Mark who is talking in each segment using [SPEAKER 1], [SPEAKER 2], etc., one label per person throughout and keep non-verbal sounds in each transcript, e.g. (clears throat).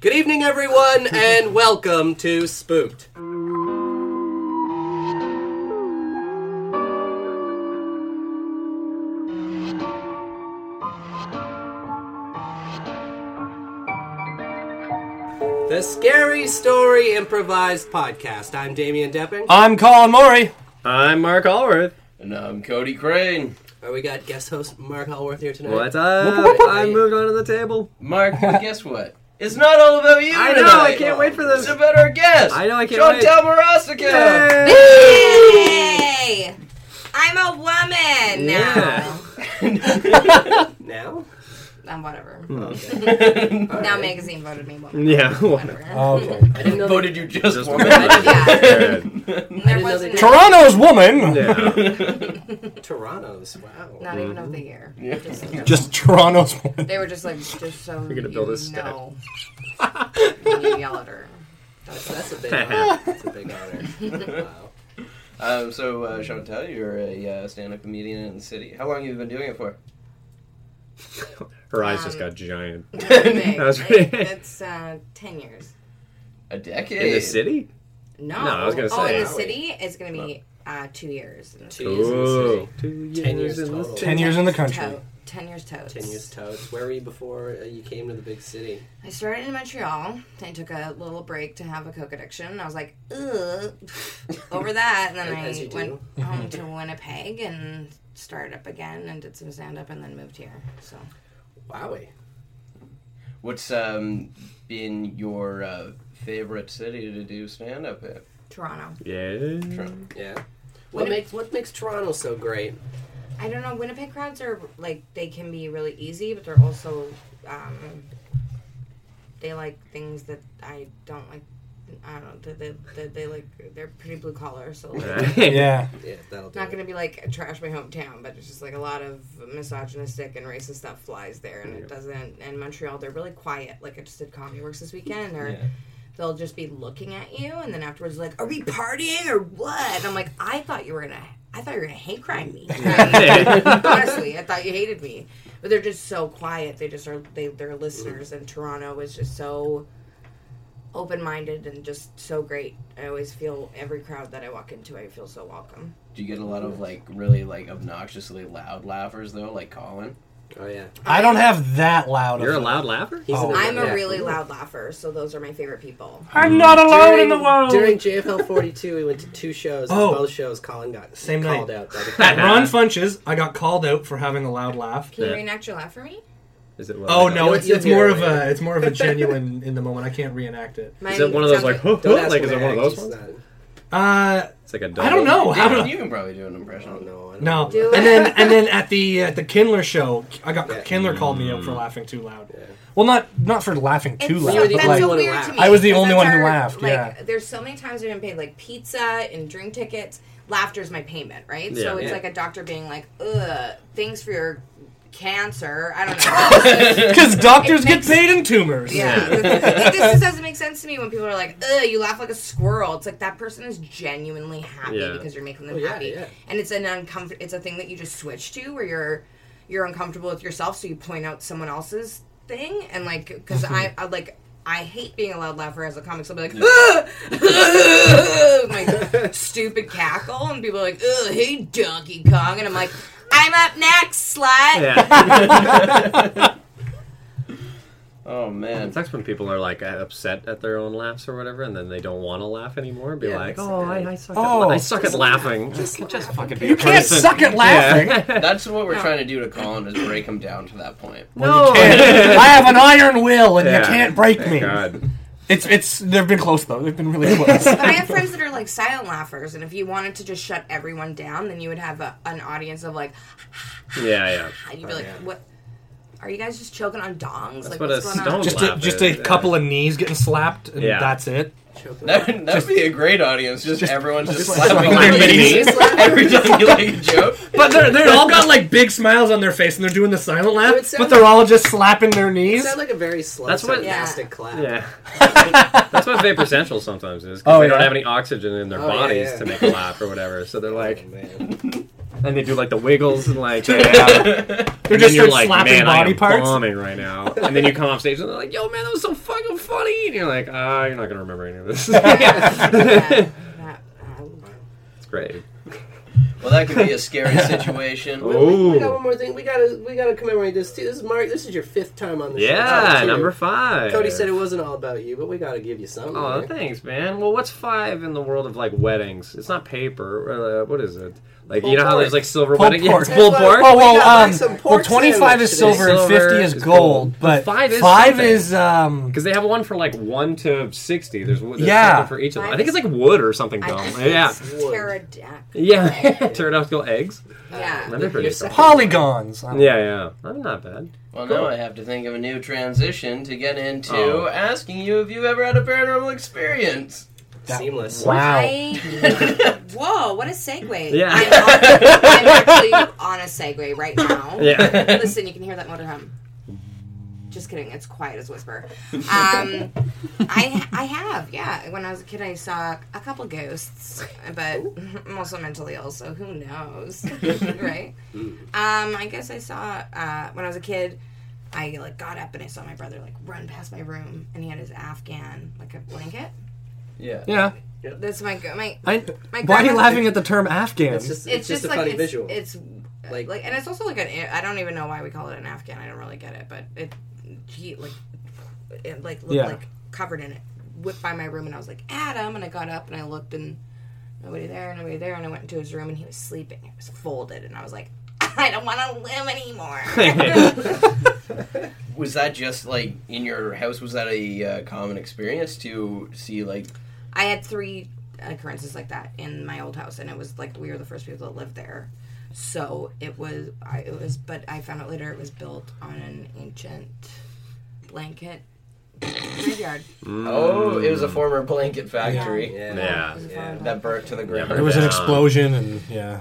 [SPEAKER 1] Good evening, everyone, and welcome to Spooked. The Scary Story Improvised Podcast. I'm Damian Depping.
[SPEAKER 2] I'm Colin Mori.
[SPEAKER 3] I'm Mark Allworth.
[SPEAKER 4] And I'm Cody Crane.
[SPEAKER 1] Uh, we got guest host Mark Hallworth here tonight.
[SPEAKER 3] What's up? I moved onto the table.
[SPEAKER 4] Mark,
[SPEAKER 3] (laughs)
[SPEAKER 4] well, guess what? It's not all about you.
[SPEAKER 3] I know,
[SPEAKER 4] tonight.
[SPEAKER 3] I can't wait for this.
[SPEAKER 4] It's about our guest.
[SPEAKER 3] I know, I can't wait.
[SPEAKER 4] Chantal Marasica.
[SPEAKER 5] Yay! I'm a woman now.
[SPEAKER 1] Now?
[SPEAKER 5] Um, whatever. Now magazine voted me woman.
[SPEAKER 3] Hmm. Yeah,
[SPEAKER 5] Whatever.
[SPEAKER 2] Okay.
[SPEAKER 1] I didn't know
[SPEAKER 4] Voted you (laughs) just,
[SPEAKER 3] Just
[SPEAKER 4] one.
[SPEAKER 3] one.
[SPEAKER 5] (laughs) yeah.
[SPEAKER 4] (laughs)
[SPEAKER 5] There
[SPEAKER 1] know
[SPEAKER 5] wasn't.
[SPEAKER 1] they
[SPEAKER 2] Toronto's woman.
[SPEAKER 3] yeah.
[SPEAKER 1] that Toronto's. Wow.
[SPEAKER 5] Not even of the year. Just,
[SPEAKER 2] (laughs) Just Toronto's woman.
[SPEAKER 5] they were just like, just so You're
[SPEAKER 3] gonna build a stat. (laughs)
[SPEAKER 5] know. when you yell at her.
[SPEAKER 1] That's a
[SPEAKER 3] (laughs)
[SPEAKER 1] big honor. That's a big honor. Wow.
[SPEAKER 4] um, so, uh, Chantal, you're a uh, stand-up comedian in the city. How long have you been doing it for?
[SPEAKER 3] Her eyes just got giant.
[SPEAKER 5] That
[SPEAKER 3] was pretty-
[SPEAKER 5] It's uh, ten years.
[SPEAKER 4] A decade.
[SPEAKER 3] In the city?
[SPEAKER 5] No.
[SPEAKER 3] No, I was gonna
[SPEAKER 5] Oh,
[SPEAKER 3] say.
[SPEAKER 5] in the city, it's gonna be uh, two years.
[SPEAKER 1] Two years in the city.
[SPEAKER 3] Two
[SPEAKER 1] Ten years
[SPEAKER 3] in the
[SPEAKER 1] total.
[SPEAKER 3] city.
[SPEAKER 2] Ten years in the country.
[SPEAKER 5] Tote. Ten years totes.
[SPEAKER 1] Ten years totes. Where were you before uh, you came to the big city?
[SPEAKER 5] I started in Montreal. I took a little break to have a coke addiction. and I was like, ugh, over that. And then
[SPEAKER 1] As you
[SPEAKER 5] I
[SPEAKER 1] do.
[SPEAKER 5] went home to Winnipeg and started up again and did some stand up and then moved here. So
[SPEAKER 1] Wowie.
[SPEAKER 4] What's um, been your uh, favorite city to do stand-up in?
[SPEAKER 5] Toronto.
[SPEAKER 3] Yeah.
[SPEAKER 4] Toronto.
[SPEAKER 1] Yeah. What makes what makes Toronto so great?
[SPEAKER 5] I don't know. Winnipeg crowds are like they can be really easy, but they're also um, they like things that I don't like. I don't know. They, they, they like they're pretty blue collar. So like,
[SPEAKER 2] Yeah.
[SPEAKER 1] Yeah, that'll do.
[SPEAKER 5] not
[SPEAKER 1] It.
[SPEAKER 5] gonna be like trash my hometown, but it's just like a lot of misogynistic and racist stuff flies there, and it doesn't. And Montreal, they're really quiet. Like I just did Comedy Works this weekend, or
[SPEAKER 4] Yeah.
[SPEAKER 5] they'll just be looking at you, and then afterwards, like, "Are we partying or what?" And I'm like, "I thought you were gonna, I thought you were gonna hate
[SPEAKER 1] (laughs)
[SPEAKER 5] crime me." (laughs) Honestly, I thought you hated me, but they're just so quiet. They just are. They they're listeners, and Toronto is just so open minded and just so great. I always feel every crowd that I walk into, I feel so welcome.
[SPEAKER 4] Do you get a lot of like really like obnoxiously loud laughers though, like Colin?
[SPEAKER 1] Oh yeah.
[SPEAKER 2] I don't have that loud.
[SPEAKER 3] You're a
[SPEAKER 2] of
[SPEAKER 3] loud laugher?
[SPEAKER 1] He's
[SPEAKER 2] Oh.
[SPEAKER 1] in the-
[SPEAKER 5] I'm
[SPEAKER 1] yeah.
[SPEAKER 5] a really loud laugher, so those are my favorite people.
[SPEAKER 2] I'm not alone in the world.
[SPEAKER 1] During JFL 42, we went to two shows. and
[SPEAKER 2] Oh.
[SPEAKER 1] both shows, Colin got
[SPEAKER 2] Same
[SPEAKER 1] called
[SPEAKER 2] night.
[SPEAKER 1] out
[SPEAKER 3] (laughs)
[SPEAKER 1] by the
[SPEAKER 2] At
[SPEAKER 1] crowd.
[SPEAKER 2] Ron Funches, I got called out for having a loud laugh.
[SPEAKER 5] Can you
[SPEAKER 3] Yeah.
[SPEAKER 5] reenact your laugh for me?
[SPEAKER 3] Is it
[SPEAKER 2] Oh no,
[SPEAKER 1] You'll-
[SPEAKER 2] it's
[SPEAKER 1] you'll
[SPEAKER 2] it's
[SPEAKER 1] hear
[SPEAKER 2] more
[SPEAKER 1] it
[SPEAKER 2] of a
[SPEAKER 1] later.
[SPEAKER 2] it's more of a genuine in the moment. I can't reenact it.
[SPEAKER 5] Mine
[SPEAKER 3] Is it one of those
[SPEAKER 5] sounds
[SPEAKER 3] like, huh,
[SPEAKER 1] Don't
[SPEAKER 3] huh?
[SPEAKER 1] ask
[SPEAKER 3] (laughs) Like,
[SPEAKER 1] him
[SPEAKER 3] is
[SPEAKER 1] to
[SPEAKER 3] it one of
[SPEAKER 1] act,
[SPEAKER 3] those
[SPEAKER 1] he's
[SPEAKER 3] ones?
[SPEAKER 1] not-
[SPEAKER 2] Uh,
[SPEAKER 3] It's like a double.
[SPEAKER 2] I don't know. How
[SPEAKER 4] Damon,
[SPEAKER 2] do
[SPEAKER 4] you can probably do an impression.
[SPEAKER 1] Oh, no, I don't
[SPEAKER 2] no,
[SPEAKER 1] know.
[SPEAKER 5] Do
[SPEAKER 2] and
[SPEAKER 5] it.
[SPEAKER 2] then and then at the at the Kindler show, I got
[SPEAKER 1] Yeah.
[SPEAKER 2] Kindler called me out for
[SPEAKER 3] Mm.
[SPEAKER 2] laughing too loud. Well, not not for laughing too
[SPEAKER 5] It's
[SPEAKER 2] loud,
[SPEAKER 5] so,
[SPEAKER 1] You're the
[SPEAKER 2] but
[SPEAKER 1] only
[SPEAKER 2] like
[SPEAKER 5] that's so
[SPEAKER 1] one who
[SPEAKER 5] weird
[SPEAKER 1] laughed.
[SPEAKER 5] to me.
[SPEAKER 2] I was the
[SPEAKER 5] because
[SPEAKER 2] only
[SPEAKER 5] that's
[SPEAKER 2] one who
[SPEAKER 5] our-
[SPEAKER 2] laughed,
[SPEAKER 5] Like,
[SPEAKER 2] yeah.
[SPEAKER 5] there's so many times I've been paid like pizza and drink tickets. Laughter's my payment, right?
[SPEAKER 3] Yeah.
[SPEAKER 5] so it's
[SPEAKER 3] Yeah.
[SPEAKER 5] like a doctor being like, "Ugh, thanks for your cancer." I don't know.
[SPEAKER 3] (laughs)
[SPEAKER 5] (laughs)
[SPEAKER 2] because doctors
[SPEAKER 5] It
[SPEAKER 2] get
[SPEAKER 5] makes-
[SPEAKER 2] paid in tumors.
[SPEAKER 5] yeah, it just doesn't make sense to me when people are like, "Ugh, you laugh like a squirrel." It's like that person is genuinely happy
[SPEAKER 3] Yeah.
[SPEAKER 5] because you're making them
[SPEAKER 1] Oh, yeah,
[SPEAKER 5] happy,
[SPEAKER 1] yeah.
[SPEAKER 5] and it's an uncomfortable. It's a thing that you just switch to where you're you're uncomfortable with yourself, so you point out someone else's thing, and like because
[SPEAKER 1] Mm-hmm.
[SPEAKER 5] I, I like. I hate being a loud laugher as a comic. So I'll be like,
[SPEAKER 1] (laughs)
[SPEAKER 5] my stupid cackle, and people are like, Ugh, "Hey, Donkey Kong," and I'm like, "I'm up next, slut."
[SPEAKER 2] (laughs)
[SPEAKER 3] Yeah.
[SPEAKER 4] Oh man.
[SPEAKER 3] (laughs) It sucks when people are like upset at their own laughs or whatever, and then they don't want to laugh anymore. Be
[SPEAKER 1] Yeah,
[SPEAKER 3] like,
[SPEAKER 1] that's
[SPEAKER 3] "Oh,
[SPEAKER 1] bad.
[SPEAKER 3] I, I suck at
[SPEAKER 2] Oh,
[SPEAKER 3] la- I suck at laughing." Just, just fucking be a
[SPEAKER 2] You can't
[SPEAKER 3] person.
[SPEAKER 2] suck at
[SPEAKER 3] (laughs)
[SPEAKER 2] laughing.
[SPEAKER 4] That's what we're trying to do to Colin is break him down to that point.
[SPEAKER 3] no.
[SPEAKER 2] I have an iron will, and
[SPEAKER 3] Yeah.
[SPEAKER 2] you can't break
[SPEAKER 3] Thank
[SPEAKER 2] me.
[SPEAKER 3] God.
[SPEAKER 2] It's it's they've been close though. They've been really
[SPEAKER 3] (laughs)
[SPEAKER 2] close.
[SPEAKER 5] But I have friends that are like silent laughers, and if you wanted to just shut everyone down, then you would have a, an audience of like, (sighs)
[SPEAKER 3] Yeah, Oh, yeah.
[SPEAKER 5] and you'd be like, "What? Are you guys just choking on dongs? like,
[SPEAKER 3] what
[SPEAKER 5] what's
[SPEAKER 3] a stone-
[SPEAKER 5] going on?"
[SPEAKER 2] just
[SPEAKER 3] Laugh
[SPEAKER 2] a, just a
[SPEAKER 3] it, yeah.
[SPEAKER 2] couple of knees getting slapped, and
[SPEAKER 3] Yeah.
[SPEAKER 2] that's it.
[SPEAKER 1] Choke
[SPEAKER 4] That would that'd be a great audience. Just, everyone's just, slapping
[SPEAKER 3] slapping
[SPEAKER 4] their
[SPEAKER 3] their
[SPEAKER 4] knees (laughs) every time you like a joke.
[SPEAKER 2] But they're they're all got Oh, like big smiles on their face, and they're doing the silent
[SPEAKER 1] It
[SPEAKER 2] laugh.
[SPEAKER 1] would sound
[SPEAKER 2] But they're all just slapping their
[SPEAKER 1] You
[SPEAKER 2] knees.
[SPEAKER 1] sound like a very slow,
[SPEAKER 3] That's what-
[SPEAKER 1] sarcastic
[SPEAKER 5] Yeah.
[SPEAKER 1] clap.
[SPEAKER 3] Yeah. That's what Vapor Central sometimes is. 'cause
[SPEAKER 2] Oh,
[SPEAKER 3] they don't
[SPEAKER 2] yeah?
[SPEAKER 3] have any oxygen in their
[SPEAKER 1] Oh, yeah,
[SPEAKER 3] bodies
[SPEAKER 1] yeah.
[SPEAKER 3] to make a laugh or whatever. So they're
[SPEAKER 1] Oh,
[SPEAKER 3] like,
[SPEAKER 1] man.
[SPEAKER 3] and they do like the wiggles and like they
[SPEAKER 2] They're
[SPEAKER 3] and then
[SPEAKER 2] just
[SPEAKER 3] you're
[SPEAKER 2] start
[SPEAKER 3] like,
[SPEAKER 2] slapping
[SPEAKER 3] man, I
[SPEAKER 2] body
[SPEAKER 3] am
[SPEAKER 2] parts.
[SPEAKER 3] bombing right now. And then you come off stage and they're like, yo, man, that was so fucking funny. And you're like, ah, you're not gonna remember any of this.
[SPEAKER 5] that,
[SPEAKER 3] (laughs)
[SPEAKER 5] that,
[SPEAKER 3] it's great.
[SPEAKER 4] Well, that could be a scary situation.
[SPEAKER 1] We- we, we got
[SPEAKER 3] Ooh.
[SPEAKER 1] one more thing. We gotta we gotta commemorate this too. This is Mark. This is your fifth time on the show.
[SPEAKER 3] Yeah,
[SPEAKER 1] too.
[SPEAKER 3] number five.
[SPEAKER 1] Cody said it wasn't all about you, but we gotta give you something.
[SPEAKER 3] Oh,
[SPEAKER 1] man.
[SPEAKER 3] thanks, man. Well, what's five in the world of like weddings? It's not paper. Uh, what is it? Like
[SPEAKER 1] Pulled
[SPEAKER 3] you know how
[SPEAKER 1] pork.
[SPEAKER 3] there's like silver
[SPEAKER 2] Pulled
[SPEAKER 3] wedding. Yeah,
[SPEAKER 2] pork.
[SPEAKER 3] it's pulled
[SPEAKER 1] That's
[SPEAKER 3] pork.
[SPEAKER 1] why-
[SPEAKER 2] Oh
[SPEAKER 1] We got,
[SPEAKER 2] well,
[SPEAKER 1] like,
[SPEAKER 2] um,
[SPEAKER 1] some
[SPEAKER 2] well,
[SPEAKER 1] pork
[SPEAKER 2] twenty five is
[SPEAKER 1] sandwich
[SPEAKER 2] silver
[SPEAKER 1] today.
[SPEAKER 2] and fifty
[SPEAKER 3] Silver
[SPEAKER 2] is
[SPEAKER 3] is
[SPEAKER 2] gold,
[SPEAKER 3] gold.
[SPEAKER 2] but
[SPEAKER 3] Five is
[SPEAKER 2] five
[SPEAKER 3] something.
[SPEAKER 2] is um.
[SPEAKER 3] Because they have one for like one to sixty. There's, there's
[SPEAKER 2] Yeah.
[SPEAKER 3] something for each of them. I think it's like wood or something dumb.
[SPEAKER 5] (laughs) I,
[SPEAKER 3] yeah,
[SPEAKER 5] it's pterodactyl.
[SPEAKER 3] yeah. Pterodactyl eggs.
[SPEAKER 5] Yeah.
[SPEAKER 3] That'd be pretty
[SPEAKER 1] Your
[SPEAKER 3] cool.
[SPEAKER 1] second-
[SPEAKER 2] Polygons. I don't-
[SPEAKER 3] Yeah, yeah. I'm not bad.
[SPEAKER 4] Well, now I have to think of a new transition to get into
[SPEAKER 3] Oh.
[SPEAKER 4] asking you if you ever had a paranormal experience.
[SPEAKER 2] That-
[SPEAKER 1] Seamless.
[SPEAKER 2] Wow.
[SPEAKER 5] I, (laughs) whoa, what a segue.
[SPEAKER 3] Yeah.
[SPEAKER 5] I'm, on, I'm actually on a segue
[SPEAKER 3] (laughs)
[SPEAKER 5] right now.
[SPEAKER 3] Yeah.
[SPEAKER 5] Listen, you can hear that motor hum. Just kidding. It's quiet as whisper. Um, I I have yeah. When I was a kid, I saw a couple ghosts, but I'm also mentally ill, so who knows, right? Um, I guess I saw uh, when I was a kid. I like got up and I saw my brother like run past my room, and he had his Afghan like a blanket.
[SPEAKER 4] (laughs) Yeah.
[SPEAKER 2] Yeah.
[SPEAKER 5] That's my go- my
[SPEAKER 2] I,
[SPEAKER 5] My
[SPEAKER 2] why are you
[SPEAKER 5] grandma-
[SPEAKER 2] laughing at the term Afghan?
[SPEAKER 1] It's just, it's
[SPEAKER 5] it's,
[SPEAKER 1] just,
[SPEAKER 5] just,
[SPEAKER 1] a
[SPEAKER 5] like
[SPEAKER 1] funny
[SPEAKER 5] it's,
[SPEAKER 1] visual.
[SPEAKER 5] it's uh,
[SPEAKER 1] Like-
[SPEAKER 5] like, and it's also like an I don't even know why we call it an afghan I don't really get it but it he like it like looked
[SPEAKER 2] Yeah.
[SPEAKER 5] like covered in it whipped by my room and I was like Adam and I got up and I looked and nobody there nobody there and I went into his room and he was sleeping it was folded and I was like (laughs) I don't want to live anymore
[SPEAKER 4] Was that just like in your house? Was that a uh, common experience to see like?
[SPEAKER 5] I had three occurrences like that in my old house, and it was like we were the first people that lived there. So it was, I, it was, but I found out later it was built on an ancient blanket graveyard.
[SPEAKER 4] Oh, it was a former blanket factory
[SPEAKER 1] yeah.
[SPEAKER 3] Mm. Yeah.
[SPEAKER 5] It was a
[SPEAKER 1] Yeah.
[SPEAKER 5] farm.
[SPEAKER 4] that burnt to the ground.
[SPEAKER 2] there was an
[SPEAKER 3] Yeah.
[SPEAKER 2] explosion, and yeah.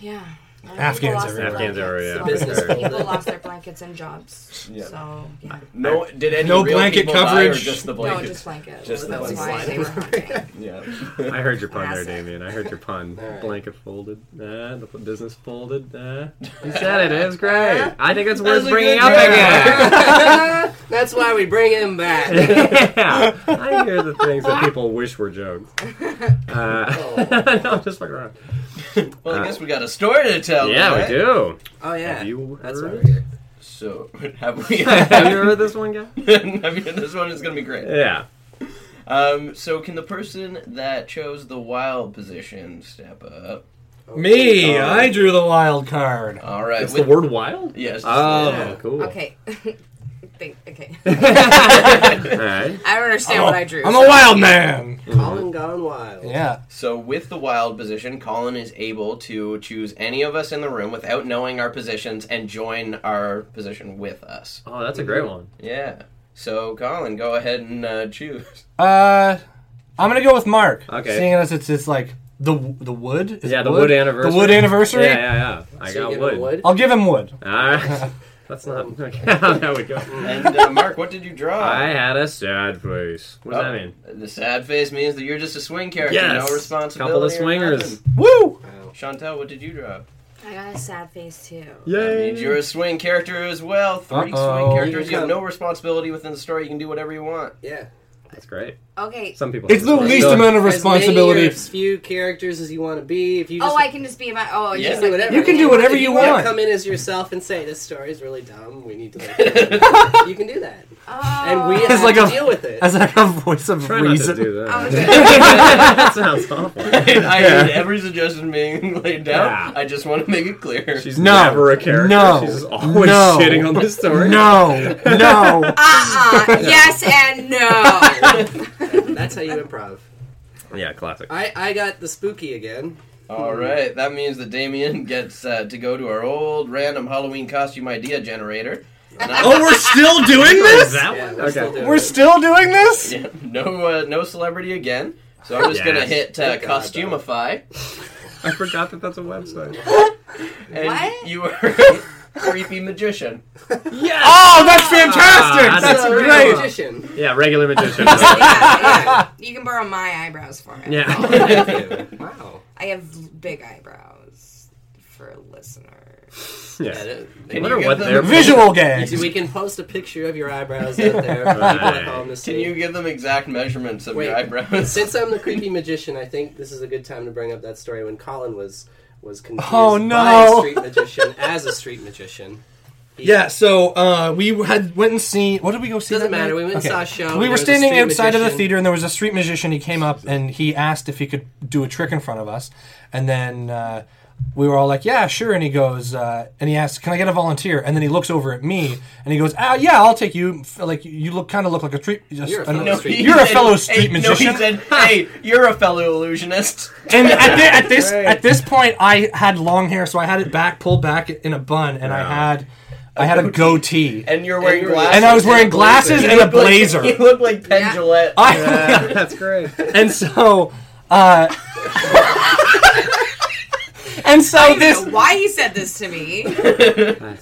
[SPEAKER 5] Yeah. A lot of
[SPEAKER 2] Afghans
[SPEAKER 5] people lost their
[SPEAKER 2] everywhere.
[SPEAKER 3] Afghans everywhere, yeah.
[SPEAKER 5] blankets.
[SPEAKER 1] Business.
[SPEAKER 5] People lost their blankets and jobs.
[SPEAKER 4] Yeah.
[SPEAKER 5] So yeah,
[SPEAKER 4] No, did any
[SPEAKER 2] No
[SPEAKER 4] real
[SPEAKER 2] blanket
[SPEAKER 4] people die or
[SPEAKER 2] coverage?
[SPEAKER 4] just the
[SPEAKER 5] no,
[SPEAKER 4] blankets.
[SPEAKER 5] just blankets.
[SPEAKER 4] Just the
[SPEAKER 5] That's why
[SPEAKER 4] blankets.
[SPEAKER 5] they were haunting.
[SPEAKER 4] (laughs) yeah.
[SPEAKER 3] I heard your pun there,
[SPEAKER 5] Classic.
[SPEAKER 3] Damien. I heard your pun.
[SPEAKER 1] right.
[SPEAKER 3] Blanket folded. Nah, the business folded. Nah. You said it. It was great. I think it's worth
[SPEAKER 4] was a
[SPEAKER 3] bringing
[SPEAKER 4] good
[SPEAKER 3] up
[SPEAKER 1] That's why we bring him
[SPEAKER 2] (laughs)
[SPEAKER 1] back.
[SPEAKER 3] again. yeah. I hear the things that people wish were jokes. Uh, (laughs) no, I'm just fucking around.
[SPEAKER 4] Well, I guess we got a story to tell.
[SPEAKER 3] Uh, yeah,
[SPEAKER 4] right?
[SPEAKER 3] we do.
[SPEAKER 1] Oh yeah,
[SPEAKER 3] Have you
[SPEAKER 1] that's why
[SPEAKER 3] heard?
[SPEAKER 1] we're here.
[SPEAKER 4] So (laughs) have
[SPEAKER 3] (laughs)
[SPEAKER 4] we?
[SPEAKER 3] Have you heard this one, guy?
[SPEAKER 4] have you- this one is gonna be great.
[SPEAKER 3] Yeah.
[SPEAKER 4] Um, so can the person that chose the wild position step up?
[SPEAKER 2] Me, I drew the wild card.
[SPEAKER 4] All right.
[SPEAKER 3] It's
[SPEAKER 4] with-
[SPEAKER 3] the word wild?
[SPEAKER 4] Yes.
[SPEAKER 3] Oh,
[SPEAKER 4] yeah.
[SPEAKER 3] cool.
[SPEAKER 5] Okay. (laughs) Think, okay.
[SPEAKER 3] All right.
[SPEAKER 5] I don't understand what I drew.
[SPEAKER 2] I'm a wild man.
[SPEAKER 1] Colin Gone Wild.
[SPEAKER 2] Yeah.
[SPEAKER 4] So with the wild position, Colin is able to choose any of us in the room without knowing our positions and join our position with us.
[SPEAKER 3] Oh, that's a great one.
[SPEAKER 4] Yeah. So Colin, go ahead and uh,
[SPEAKER 2] (laughs)
[SPEAKER 4] choose.
[SPEAKER 2] Uh, I'm gonna go with Mark.
[SPEAKER 3] Okay.
[SPEAKER 2] Seeing as it's it's like the the wood. Is
[SPEAKER 3] Yeah,
[SPEAKER 2] it
[SPEAKER 3] the wood anniversary.
[SPEAKER 2] The wood
[SPEAKER 3] Yeah,
[SPEAKER 2] anniversary.
[SPEAKER 3] yeah, yeah. I
[SPEAKER 1] So you
[SPEAKER 3] got
[SPEAKER 1] give
[SPEAKER 3] wood.
[SPEAKER 1] him wood.
[SPEAKER 2] I'll give him wood.
[SPEAKER 3] All right. That's not. (laughs) Okay, that would go.
[SPEAKER 4] And uh, Mark, what did you draw?
[SPEAKER 3] I had a sad face. What does
[SPEAKER 4] Oh,
[SPEAKER 3] that mean?
[SPEAKER 4] The sad face means that you're just a swing character,
[SPEAKER 3] Yes.
[SPEAKER 4] no responsibility.
[SPEAKER 3] Couple of
[SPEAKER 4] or
[SPEAKER 3] swingers.
[SPEAKER 4] nothing.
[SPEAKER 2] Woo!
[SPEAKER 4] Chantel, what did you draw?
[SPEAKER 5] I got a sad face too.
[SPEAKER 4] That means you're a swing character as well. 3
[SPEAKER 2] Uh-oh.
[SPEAKER 4] swing characters. You have
[SPEAKER 1] Yeah.
[SPEAKER 4] no responsibility within the story. You can do whatever
[SPEAKER 3] (laughs)
[SPEAKER 4] you want. (laughs)
[SPEAKER 1] Yeah.
[SPEAKER 3] That's great.
[SPEAKER 5] Okay.
[SPEAKER 3] Some people.
[SPEAKER 2] It's the
[SPEAKER 3] Like,
[SPEAKER 2] least
[SPEAKER 3] no,
[SPEAKER 2] amount of
[SPEAKER 1] As, many
[SPEAKER 2] responsibility.
[SPEAKER 1] or as few characters as you want to be. If you just
[SPEAKER 5] Oh, I can just be my. Oh,
[SPEAKER 1] you can
[SPEAKER 5] yeah.
[SPEAKER 4] Yeah.
[SPEAKER 1] do whatever.
[SPEAKER 2] You can do whatever you
[SPEAKER 1] If wanna
[SPEAKER 2] want.
[SPEAKER 1] Come in as yourself and say this story is really dumb. We need to. Like,
[SPEAKER 2] (laughs)
[SPEAKER 1] you can do that,
[SPEAKER 5] Oh.
[SPEAKER 1] and we
[SPEAKER 2] It's
[SPEAKER 1] have
[SPEAKER 2] like
[SPEAKER 1] to
[SPEAKER 2] (laughs) a-
[SPEAKER 1] deal with it.
[SPEAKER 2] As like a voice of
[SPEAKER 3] Try not to
[SPEAKER 2] reason.
[SPEAKER 3] do that. (laughs)
[SPEAKER 5] Oh, okay.
[SPEAKER 3] that sounds awful.
[SPEAKER 4] I
[SPEAKER 3] Yeah.
[SPEAKER 4] hate every suggestion being laid down.
[SPEAKER 3] Yeah.
[SPEAKER 4] I just want to make it clear.
[SPEAKER 3] She's
[SPEAKER 2] No.
[SPEAKER 3] never a character.
[SPEAKER 2] No.
[SPEAKER 3] She's always
[SPEAKER 2] No.
[SPEAKER 3] shitting on the story.
[SPEAKER 2] No, no.
[SPEAKER 5] Uh-uh. Yes and no.
[SPEAKER 1] That's how you improv.
[SPEAKER 3] Yeah, classic.
[SPEAKER 1] I I got the spooky again.
[SPEAKER 4] All right, that means that Damien gets uh, to go to our old random Halloween costume idea generator. And I-
[SPEAKER 2] Oh, we're still doing
[SPEAKER 3] Is
[SPEAKER 2] this?
[SPEAKER 3] that
[SPEAKER 1] Yeah,
[SPEAKER 3] one?
[SPEAKER 1] we're still
[SPEAKER 3] Okay.
[SPEAKER 1] doing
[SPEAKER 2] We're
[SPEAKER 1] it.
[SPEAKER 2] still doing this?
[SPEAKER 4] (laughs) Yeah, no, uh, no celebrity again. So I'm just gonna
[SPEAKER 3] Yes.
[SPEAKER 4] hit uh,
[SPEAKER 1] Good God,
[SPEAKER 4] costumify,
[SPEAKER 3] I forgot that that's a website.
[SPEAKER 4] and
[SPEAKER 5] What?
[SPEAKER 4] you are (laughs) creepy
[SPEAKER 2] (laughs)
[SPEAKER 4] magician.
[SPEAKER 3] yeah.
[SPEAKER 2] Oh, that's fantastic!
[SPEAKER 3] Ah,
[SPEAKER 2] that's
[SPEAKER 1] So, you're a
[SPEAKER 2] great.
[SPEAKER 1] magician.
[SPEAKER 3] Yeah, regular magician.
[SPEAKER 5] Yeah, yeah. You can borrow my eyebrows for it.
[SPEAKER 3] yeah.
[SPEAKER 1] Wow.
[SPEAKER 5] I have big eyebrows. for listeners.
[SPEAKER 1] Yeah,
[SPEAKER 3] (laughs) Yeah.
[SPEAKER 1] that-
[SPEAKER 4] Can
[SPEAKER 3] wonder
[SPEAKER 4] you give
[SPEAKER 3] what
[SPEAKER 4] them- (laughs)
[SPEAKER 1] (laughs)
[SPEAKER 3] they're-
[SPEAKER 2] Visual gags.
[SPEAKER 1] See, we can post a picture of your eyebrows out there for people at home to see.
[SPEAKER 4] Can you give them exact measurements of
[SPEAKER 1] Wait.
[SPEAKER 4] your eyebrows? (laughs)
[SPEAKER 1] Since I'm the creepy magician, I think this is a good time to bring up that story when Colin was was confused
[SPEAKER 2] Oh,
[SPEAKER 1] by a
[SPEAKER 2] no.
[SPEAKER 1] street magician as a street magician.
[SPEAKER 2] Yeah, so uh, we had went and seen. What did we go see?
[SPEAKER 1] Doesn't
[SPEAKER 2] that
[SPEAKER 1] matter,
[SPEAKER 2] night?
[SPEAKER 1] we went and saw a show,
[SPEAKER 2] We
[SPEAKER 1] there
[SPEAKER 2] were
[SPEAKER 1] was a
[SPEAKER 2] standing
[SPEAKER 1] street
[SPEAKER 2] outside of the
[SPEAKER 1] magician.
[SPEAKER 2] theater, and there was a street magician. He came up and he asked if he could do a trick in front of us, and then uh, we were all like, "Yeah, sure." And he goes, uh, and he asks, "Can I get a volunteer?" And then he looks over at me, and he goes, "Ah, yeah, I'll take you. F- Like you look kind of look like a street. Just,
[SPEAKER 1] You're a
[SPEAKER 2] I don't
[SPEAKER 1] fellow
[SPEAKER 2] know.
[SPEAKER 1] street-
[SPEAKER 4] he
[SPEAKER 2] You're a
[SPEAKER 4] said- (laughs)
[SPEAKER 2] fellow street
[SPEAKER 4] hey, No,
[SPEAKER 2] magician." (laughs)
[SPEAKER 4] he said, "Hey, you're a fellow illusionist."
[SPEAKER 2] and at,
[SPEAKER 1] (laughs)
[SPEAKER 2] thi- at this
[SPEAKER 1] Right.
[SPEAKER 2] at this point, I had long hair, so I had it back pulled back in a bun, and I
[SPEAKER 3] Wow.
[SPEAKER 2] had I had a goatee.
[SPEAKER 4] And you're wearing
[SPEAKER 1] you were-
[SPEAKER 4] glasses.
[SPEAKER 2] and I was wearing glasses
[SPEAKER 4] (laughs) You
[SPEAKER 2] and a
[SPEAKER 4] look like-
[SPEAKER 1] (laughs)
[SPEAKER 2] blazer.
[SPEAKER 4] (laughs) you look like Penn
[SPEAKER 5] Yeah.
[SPEAKER 4] Jillette.
[SPEAKER 2] I,
[SPEAKER 3] (laughs) that's great.
[SPEAKER 2] (laughs) and so, uh, (laughs) and so this.
[SPEAKER 5] Why he said this to me?
[SPEAKER 2] (laughs)
[SPEAKER 4] (laughs)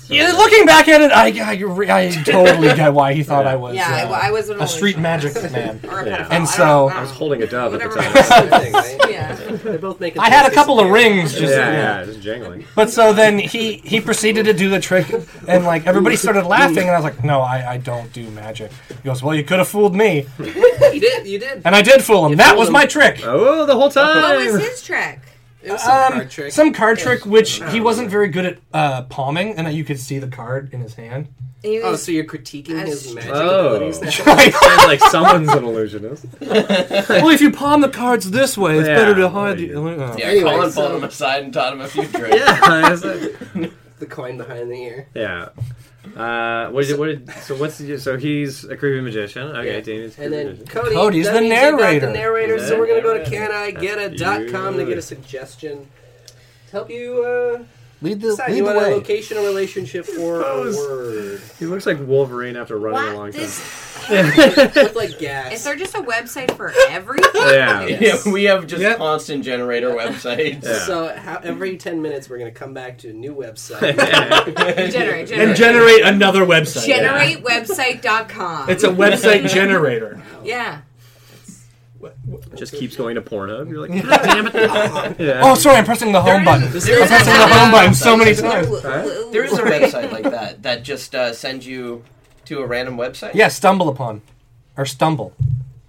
[SPEAKER 2] yeah, Looking back at it, I, I, re- I totally get why he thought I was
[SPEAKER 5] Yeah, I-
[SPEAKER 2] uh,
[SPEAKER 5] I was an
[SPEAKER 2] a street magic
[SPEAKER 5] illusionist.
[SPEAKER 2] man.
[SPEAKER 5] Or a
[SPEAKER 3] Yeah.
[SPEAKER 5] pedophile.
[SPEAKER 2] And
[SPEAKER 5] I
[SPEAKER 2] so-
[SPEAKER 5] don't know.
[SPEAKER 2] I
[SPEAKER 3] I was holding a dove at the
[SPEAKER 5] Whatever
[SPEAKER 3] time.
[SPEAKER 5] my-
[SPEAKER 1] Same thing, right?
[SPEAKER 5] Yeah.
[SPEAKER 1] They both make.
[SPEAKER 2] I had a couple of rings, just
[SPEAKER 3] yeah, yeah, just jangling.
[SPEAKER 2] but so then he he proceeded to do the trick, and like everybody started laughing, and I was like, "No, I, I don't do magic." He goes, "Well, you could have fooled me,"
[SPEAKER 1] You did. You did.
[SPEAKER 2] and I did fool him. that
[SPEAKER 1] fooled
[SPEAKER 2] was
[SPEAKER 1] him.
[SPEAKER 2] my trick. Um,
[SPEAKER 3] Oh, the whole time.
[SPEAKER 5] What was
[SPEAKER 3] (laughs)
[SPEAKER 5] his trick?
[SPEAKER 1] It was some card trick. Uh-huh.
[SPEAKER 2] Some card trick, which he wasn't very good at uh, palming, and you could see the card in his hand.
[SPEAKER 5] He
[SPEAKER 1] Oh,
[SPEAKER 5] was-
[SPEAKER 1] so you're critiquing his
[SPEAKER 5] That's-
[SPEAKER 1] magic
[SPEAKER 3] Oh.
[SPEAKER 1] abilities now?
[SPEAKER 2] (laughs)
[SPEAKER 3] Sounds like someone's an illusionist.
[SPEAKER 2] well, if you palm the cards this way, it's
[SPEAKER 3] Yeah.
[SPEAKER 2] better to hide the. uh,
[SPEAKER 4] Yeah,
[SPEAKER 1] Anyway,
[SPEAKER 4] Colin
[SPEAKER 1] so-
[SPEAKER 4] pulled him aside and taught him a
[SPEAKER 3] (laughs)
[SPEAKER 4] few tricks.
[SPEAKER 3] yeah. it's like-
[SPEAKER 1] (laughs) The coin behind the ear.
[SPEAKER 3] (laughs) yeah. Uh, what did, what did, so what's the, so he's a creepy magician. Okay,
[SPEAKER 1] Yeah.
[SPEAKER 3] Damien's a
[SPEAKER 1] And
[SPEAKER 3] creepy
[SPEAKER 1] then
[SPEAKER 3] magician.
[SPEAKER 1] Cody,
[SPEAKER 2] Cody's
[SPEAKER 1] that
[SPEAKER 2] the
[SPEAKER 1] means you got
[SPEAKER 2] narrator.
[SPEAKER 1] The narrator. So we're gonna go to canigetit.com to
[SPEAKER 3] you.
[SPEAKER 1] get a suggestion to help you uh,
[SPEAKER 2] Lead the,
[SPEAKER 1] decide
[SPEAKER 2] lead
[SPEAKER 1] you
[SPEAKER 2] the
[SPEAKER 1] want a
[SPEAKER 2] way.
[SPEAKER 1] location, a relationship, or a
[SPEAKER 3] Suppose.
[SPEAKER 1] word.
[SPEAKER 3] he looks like Wolverine after running a long
[SPEAKER 5] what?
[SPEAKER 3] time.
[SPEAKER 5] This,
[SPEAKER 1] Look like gas.
[SPEAKER 5] is there just a website for everything?
[SPEAKER 3] yeah.
[SPEAKER 4] Yeah, we have just
[SPEAKER 2] Yep.
[SPEAKER 4] constant generator websites.
[SPEAKER 3] Yeah.
[SPEAKER 1] So how, every ten minutes, we're gonna come back to a new website.
[SPEAKER 5] generate, generate.
[SPEAKER 2] And generate another website.
[SPEAKER 5] generatewebsite.com.
[SPEAKER 2] It's a
[SPEAKER 5] (laughs)
[SPEAKER 2] website generator.
[SPEAKER 5] yeah.
[SPEAKER 3] Just keeps going to Pornhub.
[SPEAKER 2] (laughs)
[SPEAKER 3] You're like, God damn it. yeah.
[SPEAKER 2] Oh, sorry, I'm pressing the home button.
[SPEAKER 1] This
[SPEAKER 2] I'm
[SPEAKER 1] is-
[SPEAKER 2] pressing the home button so many
[SPEAKER 5] There
[SPEAKER 2] times.
[SPEAKER 5] w-
[SPEAKER 4] There is a
[SPEAKER 5] w-
[SPEAKER 4] website like that that just uh, sends you to a random website.
[SPEAKER 2] Yeah, stumble upon. Or stumble.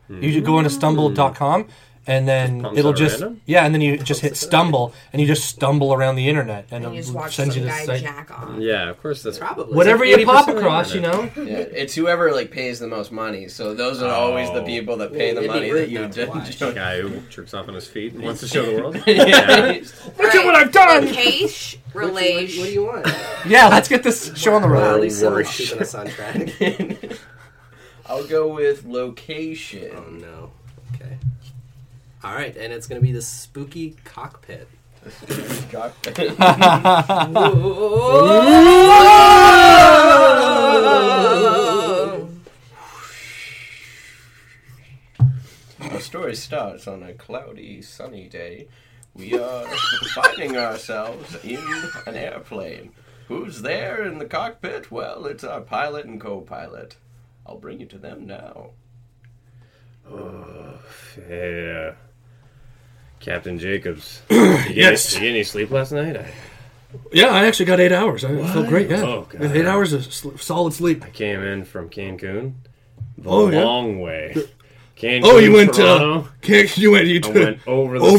[SPEAKER 2] You should go into stumble.com and then
[SPEAKER 3] pumps
[SPEAKER 2] it'll
[SPEAKER 3] out
[SPEAKER 2] Hmm. just
[SPEAKER 3] random?
[SPEAKER 2] yeah, and then you just hit stumble and you just stumble around the internet and,
[SPEAKER 5] And you just
[SPEAKER 2] it
[SPEAKER 5] watch some
[SPEAKER 2] sends you to
[SPEAKER 5] guy
[SPEAKER 2] site.
[SPEAKER 5] jack off.
[SPEAKER 3] Yeah, of course that's
[SPEAKER 1] Probably.
[SPEAKER 2] Whatever
[SPEAKER 3] like
[SPEAKER 2] you pop
[SPEAKER 3] 80%
[SPEAKER 2] across, you know.
[SPEAKER 3] internet.
[SPEAKER 4] Yeah, it's whoever like pays the most money. So those are always the
[SPEAKER 3] Oh.
[SPEAKER 4] people that pay
[SPEAKER 1] Well,
[SPEAKER 4] the
[SPEAKER 1] it'd be
[SPEAKER 4] money
[SPEAKER 1] rude
[SPEAKER 4] that you
[SPEAKER 1] not to watch.
[SPEAKER 4] (laughs) did.
[SPEAKER 3] The guy who jerks off on his feet and wants to show the
[SPEAKER 2] (laughs)
[SPEAKER 3] world.
[SPEAKER 4] yeah.
[SPEAKER 2] Look at what I've done.
[SPEAKER 5] Location,
[SPEAKER 1] What, do you- what do
[SPEAKER 5] relation.
[SPEAKER 1] you want?
[SPEAKER 2] Yeah, let's get this show (laughs) on the
[SPEAKER 1] Well, at
[SPEAKER 2] (laughs)
[SPEAKER 5] (laughs)
[SPEAKER 2] road.
[SPEAKER 1] least someone's
[SPEAKER 3] Worse.
[SPEAKER 1] keeping us on
[SPEAKER 4] (laughs)
[SPEAKER 1] track.
[SPEAKER 4] I'll go with location.
[SPEAKER 1] Oh no. Okay. All right, and it's gonna be the spooky cockpit.
[SPEAKER 4] (laughs)
[SPEAKER 1] Oh!
[SPEAKER 4] Our story starts on a cloudy, sunny day. We are (laughs) finding ourselves in an airplane. Who's there in the cockpit? Well, it's our pilot and co pilot. I'll bring you to them now.
[SPEAKER 3] Yeah.
[SPEAKER 2] (clears throat)
[SPEAKER 3] Captain Jacobs. You get,
[SPEAKER 2] Yes.
[SPEAKER 3] You get any sleep last night? I,
[SPEAKER 2] Yeah, I actually got eight hours. I felt great. Yeah,
[SPEAKER 3] Oh, God.
[SPEAKER 2] eight hours of sl- solid sleep.
[SPEAKER 3] I came in from Cancun. The
[SPEAKER 2] Oh, yeah?
[SPEAKER 3] long way.
[SPEAKER 2] (laughs)
[SPEAKER 3] Cancun,
[SPEAKER 2] Oh, you went
[SPEAKER 3] Toronto.
[SPEAKER 2] to can't you went you
[SPEAKER 3] I
[SPEAKER 2] to
[SPEAKER 3] went
[SPEAKER 2] (laughs)
[SPEAKER 3] over the
[SPEAKER 2] over-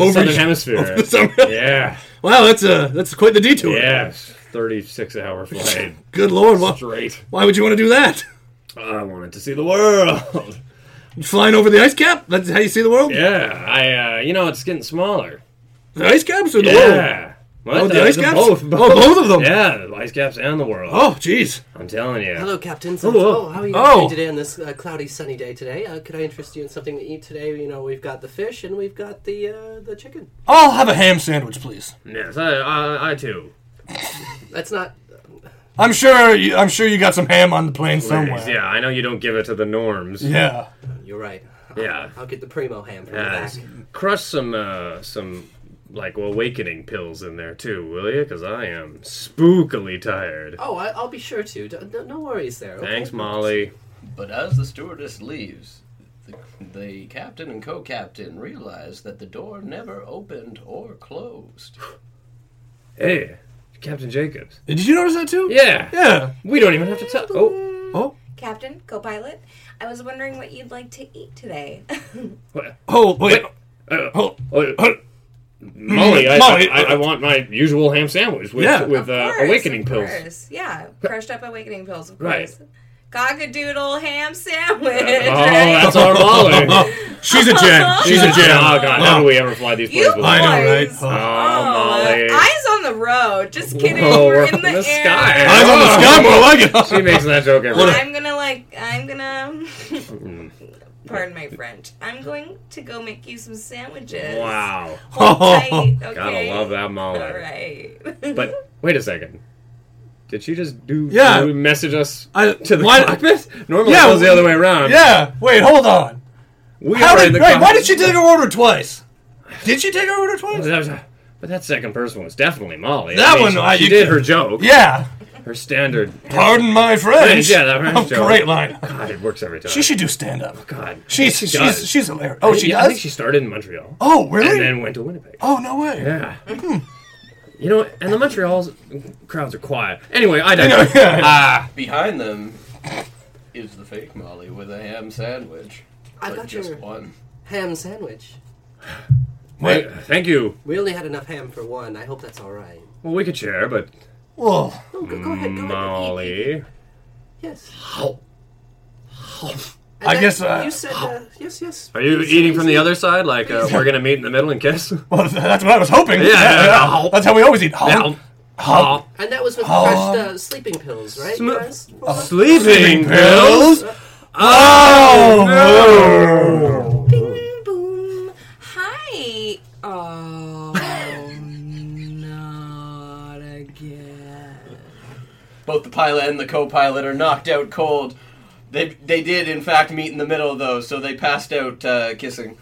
[SPEAKER 2] (laughs) over-
[SPEAKER 3] southern hemisphere.
[SPEAKER 2] the summer.
[SPEAKER 3] yeah.
[SPEAKER 2] (laughs) Wow, that's a that's quite the detour.
[SPEAKER 3] Yeah. it's
[SPEAKER 2] (laughs)
[SPEAKER 3] 36 hour flight.
[SPEAKER 2] Good lord, why,
[SPEAKER 3] Straight.
[SPEAKER 2] why would you want to do that?
[SPEAKER 3] I wanted to see the world.
[SPEAKER 2] Flying over the ice cap? That's how you see the world.
[SPEAKER 3] (laughs) Yeah. I, uh, you know, it's getting smaller.
[SPEAKER 2] The ice caps or the world?
[SPEAKER 3] Yeah. What
[SPEAKER 2] Oh, the ice caps?
[SPEAKER 3] Both,
[SPEAKER 2] Oh, both of them.
[SPEAKER 3] Yeah, the ice caps and the world.
[SPEAKER 2] Oh, jeez.
[SPEAKER 3] I'm telling you.
[SPEAKER 1] Hello, captains.
[SPEAKER 3] Hello.
[SPEAKER 1] Oh, how are you
[SPEAKER 2] Oh.
[SPEAKER 1] doing today on this uh, cloudy, sunny day today? Uh, could I interest you in something to eat today? You know, we've got the fish and we've got the uh, the chicken.
[SPEAKER 2] I'll have a ham sandwich, please.
[SPEAKER 3] Yes, I, I, I too.
[SPEAKER 1] That's not.
[SPEAKER 2] I'm sure. You, I'm sure you got some ham on the plane somewhere.
[SPEAKER 3] Yeah, I know you don't give it to the norms.
[SPEAKER 2] Yeah.
[SPEAKER 1] You're right.
[SPEAKER 3] Yeah.
[SPEAKER 1] I'll get the primo ham from
[SPEAKER 3] Yeah,
[SPEAKER 1] the
[SPEAKER 3] just
[SPEAKER 1] back.
[SPEAKER 3] Crush some, uh, some, like, awakening pills in there too, will you? Because I am spookily tired.
[SPEAKER 1] Oh, I, I'll be sure to. Don't- No, no worries there. okay?
[SPEAKER 3] Thanks, Molly.
[SPEAKER 4] But as the stewardess leaves, the, the captain and co captain realize that the door never opened or closed.
[SPEAKER 3] Hey, Captain Jacobs.
[SPEAKER 2] Did you notice that too?
[SPEAKER 3] Yeah.
[SPEAKER 2] Yeah.
[SPEAKER 3] We don't even have to tell. Oh,
[SPEAKER 2] Oh.
[SPEAKER 5] Captain, co-pilot, I was wondering what you'd like to eat today. (laughs)
[SPEAKER 3] what-
[SPEAKER 2] Oh wait.
[SPEAKER 3] Wait. uh,
[SPEAKER 2] Oh.
[SPEAKER 3] oh, uh, Molly, I,
[SPEAKER 2] Molly,
[SPEAKER 3] I, I, I want my usual ham sandwich with,
[SPEAKER 2] Yeah.
[SPEAKER 3] with uh,
[SPEAKER 5] Of course,
[SPEAKER 3] awakening
[SPEAKER 5] of
[SPEAKER 3] pills.
[SPEAKER 5] course. Yeah, crushed up awakening pills, of
[SPEAKER 3] Right.
[SPEAKER 5] course. Cockadoodle ham sandwich.
[SPEAKER 3] Oh,
[SPEAKER 5] right? (laughs)
[SPEAKER 3] that's our Molly.
[SPEAKER 2] She's a
[SPEAKER 3] (laughs)
[SPEAKER 2] gem. She's a
[SPEAKER 3] gem.
[SPEAKER 2] gem.
[SPEAKER 3] Oh god, how do we ever fly these
[SPEAKER 5] You
[SPEAKER 3] planes?
[SPEAKER 5] boys.
[SPEAKER 2] I know, right?
[SPEAKER 5] Oh,
[SPEAKER 2] Oh,
[SPEAKER 3] Molly.
[SPEAKER 5] Eyes on the road. Just kidding.
[SPEAKER 2] Oh,
[SPEAKER 3] Whoa,
[SPEAKER 5] we're,
[SPEAKER 3] we're
[SPEAKER 5] in the,
[SPEAKER 3] in the
[SPEAKER 5] air.
[SPEAKER 3] sky.
[SPEAKER 2] Eyes on the sky, more like it.
[SPEAKER 3] Oh. (laughs) She makes that joke every day.
[SPEAKER 5] I'm gonna like.
[SPEAKER 3] (laughs)
[SPEAKER 5] I'm gonna. pardon my French. I'm going to go make you some sandwiches.
[SPEAKER 3] Wow.
[SPEAKER 5] Hold tight,
[SPEAKER 3] (laughs)
[SPEAKER 5] okay?
[SPEAKER 3] Gotta love that Molly.
[SPEAKER 5] All right.
[SPEAKER 3] But wait a second. Did she just do
[SPEAKER 2] Yeah.
[SPEAKER 3] do message us
[SPEAKER 2] I-
[SPEAKER 3] to the
[SPEAKER 2] why-
[SPEAKER 3] cockpit? Normally
[SPEAKER 2] Yeah,
[SPEAKER 3] it goes the
[SPEAKER 2] well-
[SPEAKER 3] other way around.
[SPEAKER 2] Yeah. (laughs) Wait. Hold on.
[SPEAKER 3] We
[SPEAKER 2] How
[SPEAKER 3] are in
[SPEAKER 2] did?
[SPEAKER 3] the
[SPEAKER 2] Wait. Why
[SPEAKER 3] cockpit.
[SPEAKER 2] did she take her order twice? Did she take her order twice?
[SPEAKER 3] That was- But that second person was definitely Molly.
[SPEAKER 2] That
[SPEAKER 3] I mean,
[SPEAKER 2] one,
[SPEAKER 3] she,
[SPEAKER 2] uh,
[SPEAKER 3] she
[SPEAKER 2] you
[SPEAKER 3] did
[SPEAKER 2] can-
[SPEAKER 3] her joke.
[SPEAKER 2] Yeah.
[SPEAKER 3] Her standard.
[SPEAKER 2] Pardon my French.
[SPEAKER 3] Yeah, that French
[SPEAKER 2] Oh,
[SPEAKER 3] joke.
[SPEAKER 2] Great line.
[SPEAKER 3] God, it works every time.
[SPEAKER 2] She should do stand up.
[SPEAKER 3] God,
[SPEAKER 2] She's
[SPEAKER 3] she
[SPEAKER 2] she's
[SPEAKER 3] does.
[SPEAKER 2] she's hilarious. Oh, she
[SPEAKER 3] Yeah, I
[SPEAKER 2] does.
[SPEAKER 3] think she started in Montreal
[SPEAKER 2] oh, really?
[SPEAKER 3] and then went to Winnipeg.
[SPEAKER 2] oh, Mm-hmm. no way.
[SPEAKER 3] Yeah. You know, and the Montreal crowds are quiet. Anyway, I
[SPEAKER 2] know, (laughs)
[SPEAKER 3] don't.
[SPEAKER 2] yeah.
[SPEAKER 4] Behind them is the fake Molly with a ham sandwich.
[SPEAKER 1] I
[SPEAKER 4] but
[SPEAKER 1] got
[SPEAKER 4] just
[SPEAKER 1] your
[SPEAKER 4] one.
[SPEAKER 1] ham sandwich.
[SPEAKER 2] Wait.
[SPEAKER 3] Thank you.
[SPEAKER 1] We only had enough ham for one. I hope that's all right.
[SPEAKER 3] Well, we could share, but
[SPEAKER 2] Whoa.
[SPEAKER 1] No, go, go ahead. Go ahead. eat, eat.
[SPEAKER 3] Molly.
[SPEAKER 1] Yes. And
[SPEAKER 2] I
[SPEAKER 1] then
[SPEAKER 2] guess, uh,
[SPEAKER 1] you said uh, yes, yes.
[SPEAKER 3] Are you
[SPEAKER 1] please,
[SPEAKER 3] eating from the
[SPEAKER 1] please
[SPEAKER 3] other side? Like uh, we're gonna meet in the middle and kiss?
[SPEAKER 2] Well, (laughs) that's what I was hoping.
[SPEAKER 3] Yeah, yeah, yeah.
[SPEAKER 2] That's how we always eat.
[SPEAKER 3] Now,
[SPEAKER 2] Huh.
[SPEAKER 1] eat. And that was with
[SPEAKER 2] Oh.
[SPEAKER 1] crushed uh, sleeping pills, right?
[SPEAKER 3] Sm- Oh.
[SPEAKER 1] guys?
[SPEAKER 3] sleeping
[SPEAKER 2] pills?
[SPEAKER 3] pills.
[SPEAKER 2] Oh.
[SPEAKER 3] (laughs)
[SPEAKER 5] Bing, boom. Hi.
[SPEAKER 3] (laughs)
[SPEAKER 5] Oh, not again.
[SPEAKER 4] Both the pilot and the co-pilot are knocked out cold. They they did in fact meet in the middle though, so they passed out uh, (laughs) kissing.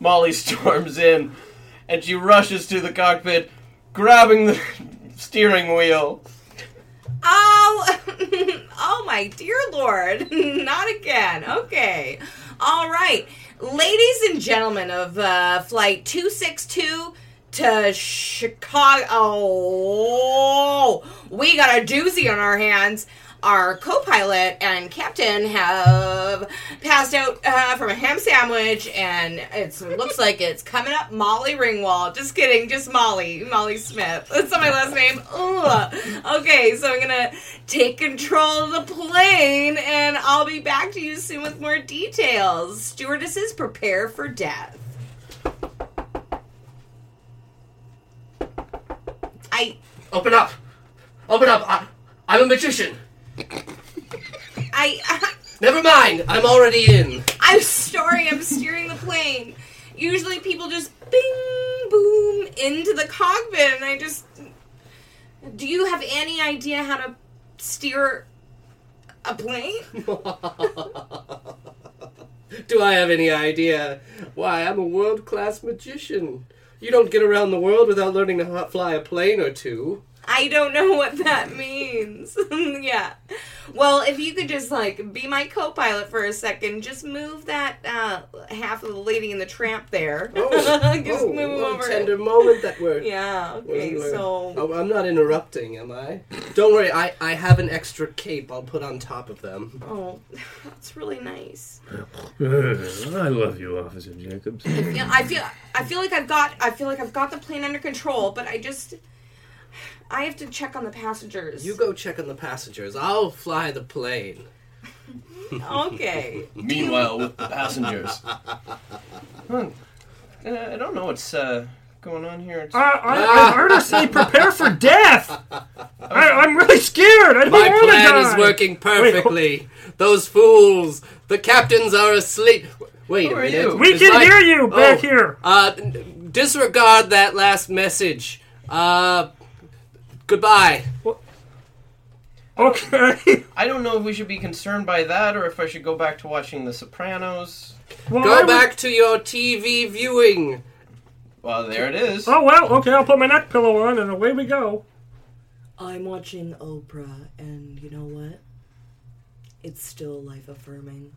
[SPEAKER 4] Molly storms in, and she rushes to the cockpit, grabbing the (laughs) steering wheel.
[SPEAKER 5] Oh, (laughs) oh my dear lord. (laughs) Not again. Okay. All right. Ladies and gentlemen of uh, flight 262 to Chicago. Oh, we got a doozy on our hands. Our co pilot and captain have passed out uh, from a ham sandwich, and it looks like it's coming up Molly Ringwald. Just kidding, just Molly, Molly Smith. That's not my last name. Ugh. Okay, so I'm gonna take control of the plane, and I'll be back to you soon with more details. Stewardesses prepare for death. I
[SPEAKER 6] Open up! Open up! I, I'm a magician!
[SPEAKER 5] I. (laughs)
[SPEAKER 1] Never mind. I'm already in. (laughs)
[SPEAKER 5] I'm sorry, I'm steering the plane. Usually people just bing boom into the cockpit and I just Do you have any idea how to steer a plane?
[SPEAKER 1] Do I have any idea? Why, I'm a world class magician. You don't get around the world without learning to ho- fly a plane or
[SPEAKER 5] (laughs)
[SPEAKER 1] two.
[SPEAKER 5] I don't know what that means. (laughs) yeah. Well, if you could just like be my co-pilot for a second, just move that uh, half of the lady in the tramp there. (laughs) just
[SPEAKER 1] oh,
[SPEAKER 5] move 'em
[SPEAKER 1] what a
[SPEAKER 5] over.
[SPEAKER 1] tender moment that we're.
[SPEAKER 5] (laughs) Yeah. Okay.
[SPEAKER 1] we're-
[SPEAKER 5] So
[SPEAKER 1] Oh, I'm not interrupting, am I? Don't worry, I, I have an extra cape I'll put on top of them.
[SPEAKER 5] Oh, (laughs) that's really nice.
[SPEAKER 3] (sighs) I love you, Officer Jacobs.
[SPEAKER 5] Yeah, I feel I feel like I've got I feel like I've got the plane under control, but I just I have to check on the passengers.
[SPEAKER 1] You go check on the passengers. I'll fly the plane.
[SPEAKER 5] okay.
[SPEAKER 4] Meanwhile, with the (laughs) passengers. Hmm. Uh, I don't know what's uh, going on here. It's-
[SPEAKER 2] Uh,
[SPEAKER 6] I,
[SPEAKER 1] Ah.
[SPEAKER 6] I earnestly prepare for death! I, I'm really scared! I don't
[SPEAKER 1] My
[SPEAKER 6] want to
[SPEAKER 1] plan
[SPEAKER 6] die!
[SPEAKER 1] is working perfectly. Those fools. The captains are asleep. Wait
[SPEAKER 4] Who
[SPEAKER 1] a
[SPEAKER 4] are
[SPEAKER 1] minute.
[SPEAKER 4] you?
[SPEAKER 6] We
[SPEAKER 1] It's
[SPEAKER 6] can
[SPEAKER 1] like-
[SPEAKER 6] hear you back
[SPEAKER 1] Oh,
[SPEAKER 6] here!
[SPEAKER 1] Uh, n- disregard that last message. Uh, goodbye.
[SPEAKER 6] Okay.
[SPEAKER 4] I don't know if we should be concerned by that or if I should go back to watching The Sopranos.
[SPEAKER 6] Well, I
[SPEAKER 1] Go
[SPEAKER 6] was-
[SPEAKER 1] back to your TV viewing.
[SPEAKER 4] Well, there it is.
[SPEAKER 6] Oh well, okay, I'll put my neck pillow on and away we go.
[SPEAKER 5] I'm watching Oprah and you know what? It's still life affirming.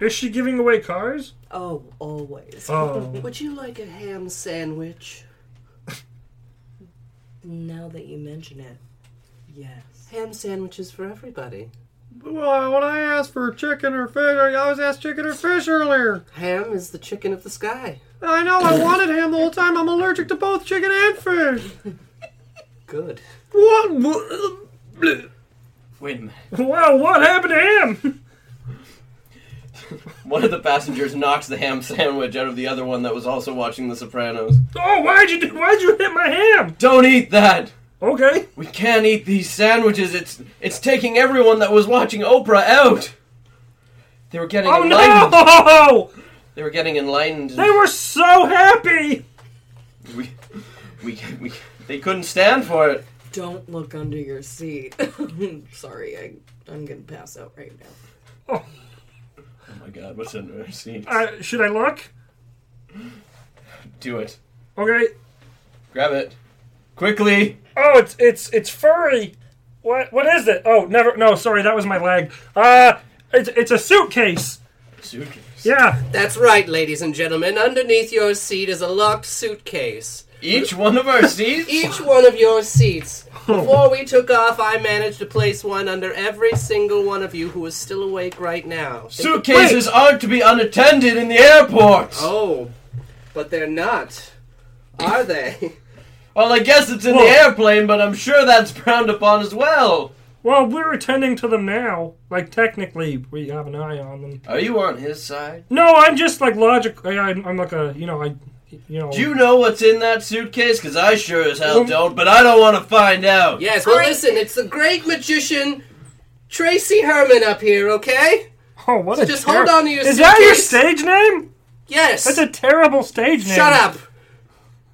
[SPEAKER 6] Is she giving away cars?
[SPEAKER 5] Oh, always.
[SPEAKER 6] Oh.
[SPEAKER 5] (laughs)
[SPEAKER 1] Would you like a ham sandwich?
[SPEAKER 5] Now that you mention it, yes.
[SPEAKER 1] Ham sandwiches for everybody.
[SPEAKER 3] Well, when I asked for chicken or fish, I always asked chicken or fish earlier.
[SPEAKER 1] Ham is the chicken of the sky.
[SPEAKER 3] I know I wanted ham the whole time. I'm allergic to both chicken and fish.
[SPEAKER 1] Good.
[SPEAKER 3] What? what-
[SPEAKER 4] Wait a minute.
[SPEAKER 6] Wow, what happened to him?
[SPEAKER 4] One of the passengers knocks the ham sandwich out of the other one that was also watching The Sopranos.
[SPEAKER 6] Oh, why'd you do, why'd you hit my ham?
[SPEAKER 4] Don't eat that!
[SPEAKER 6] Okay.
[SPEAKER 4] We can't eat these sandwiches. It's it's taking everyone that was watching Oprah out. They were getting
[SPEAKER 6] Oh
[SPEAKER 4] enlightened.
[SPEAKER 6] no!
[SPEAKER 4] They were getting enlightened.
[SPEAKER 6] They were so happy.
[SPEAKER 4] we, we, we, they couldn't stand for it.
[SPEAKER 5] (laughs) Don't look under your seat. (laughs) Sorry, I, I'm gonna pass out right now.
[SPEAKER 4] Oh my god, what's in our seat?
[SPEAKER 6] Uh, should I look?
[SPEAKER 4] Do it.
[SPEAKER 6] Okay.
[SPEAKER 4] Grab it. Quickly!
[SPEAKER 6] Oh, it's it's it's furry. What what is it? Oh, never. No, sorry, that was my leg. Uh, it's it's a suitcase.
[SPEAKER 4] Suitcase.
[SPEAKER 6] Yeah.
[SPEAKER 1] That's right, ladies and gentlemen. Underneath your seat is a locked suitcase.
[SPEAKER 4] Each one of our seats?
[SPEAKER 1] Each one of your seats. Before we took off, I managed to place one under every single one of you who is still awake right now.
[SPEAKER 4] Suitcases aren't to be unattended in the airports!
[SPEAKER 1] Oh, but they're not. Are they?
[SPEAKER 4] Well, I guess it's in
[SPEAKER 6] Whoa.
[SPEAKER 4] the airplane, but I'm sure that's frowned upon as well.
[SPEAKER 6] Well, we're attending to them now. Like technically, we have an eye on them.
[SPEAKER 4] Are Oh, you on his side?
[SPEAKER 6] No, I'm just like logic. I, I'm, I'm like a you know I you know.
[SPEAKER 4] Do you know what's in that suitcase? Because I sure as hell don't, but I don't want to find out.
[SPEAKER 1] Yes, well, listen, it's the great magician Tracy Herman up here, okay?
[SPEAKER 6] oh, what a
[SPEAKER 1] Just hold on to your
[SPEAKER 6] Is that your
[SPEAKER 1] suitcase.
[SPEAKER 6] stage name?
[SPEAKER 1] Yes!
[SPEAKER 6] That's a terrible stage name.
[SPEAKER 1] Shut up!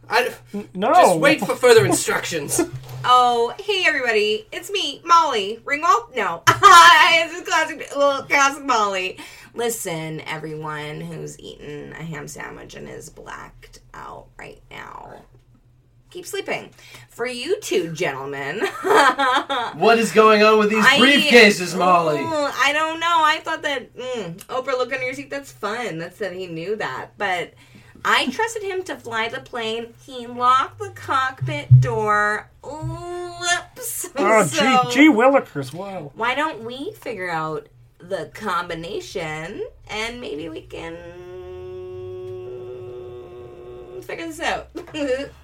[SPEAKER 1] I,
[SPEAKER 6] No.
[SPEAKER 1] just wait for further instructions.
[SPEAKER 5] Oh, hey everybody, it's me, Molly Ringwald. No, (laughs) it's just classic, well, classic Molly. Listen, everyone who's eaten a ham sandwich and is blacked out right now, keep sleeping. For you two gentlemen, (laughs)
[SPEAKER 4] What is going on with these
[SPEAKER 5] I-
[SPEAKER 4] briefcases, Molly?
[SPEAKER 5] Mm, I don't know. I thought that mm, Oprah look under your seat. That's fun. That's that he knew that, but. I trusted him to fly the plane. He locked the cockpit door. (laughs) Lips.
[SPEAKER 6] Oh, gee, gee Willikers, wow.
[SPEAKER 5] why don't we figure out the combination and maybe we can figure this out. (laughs)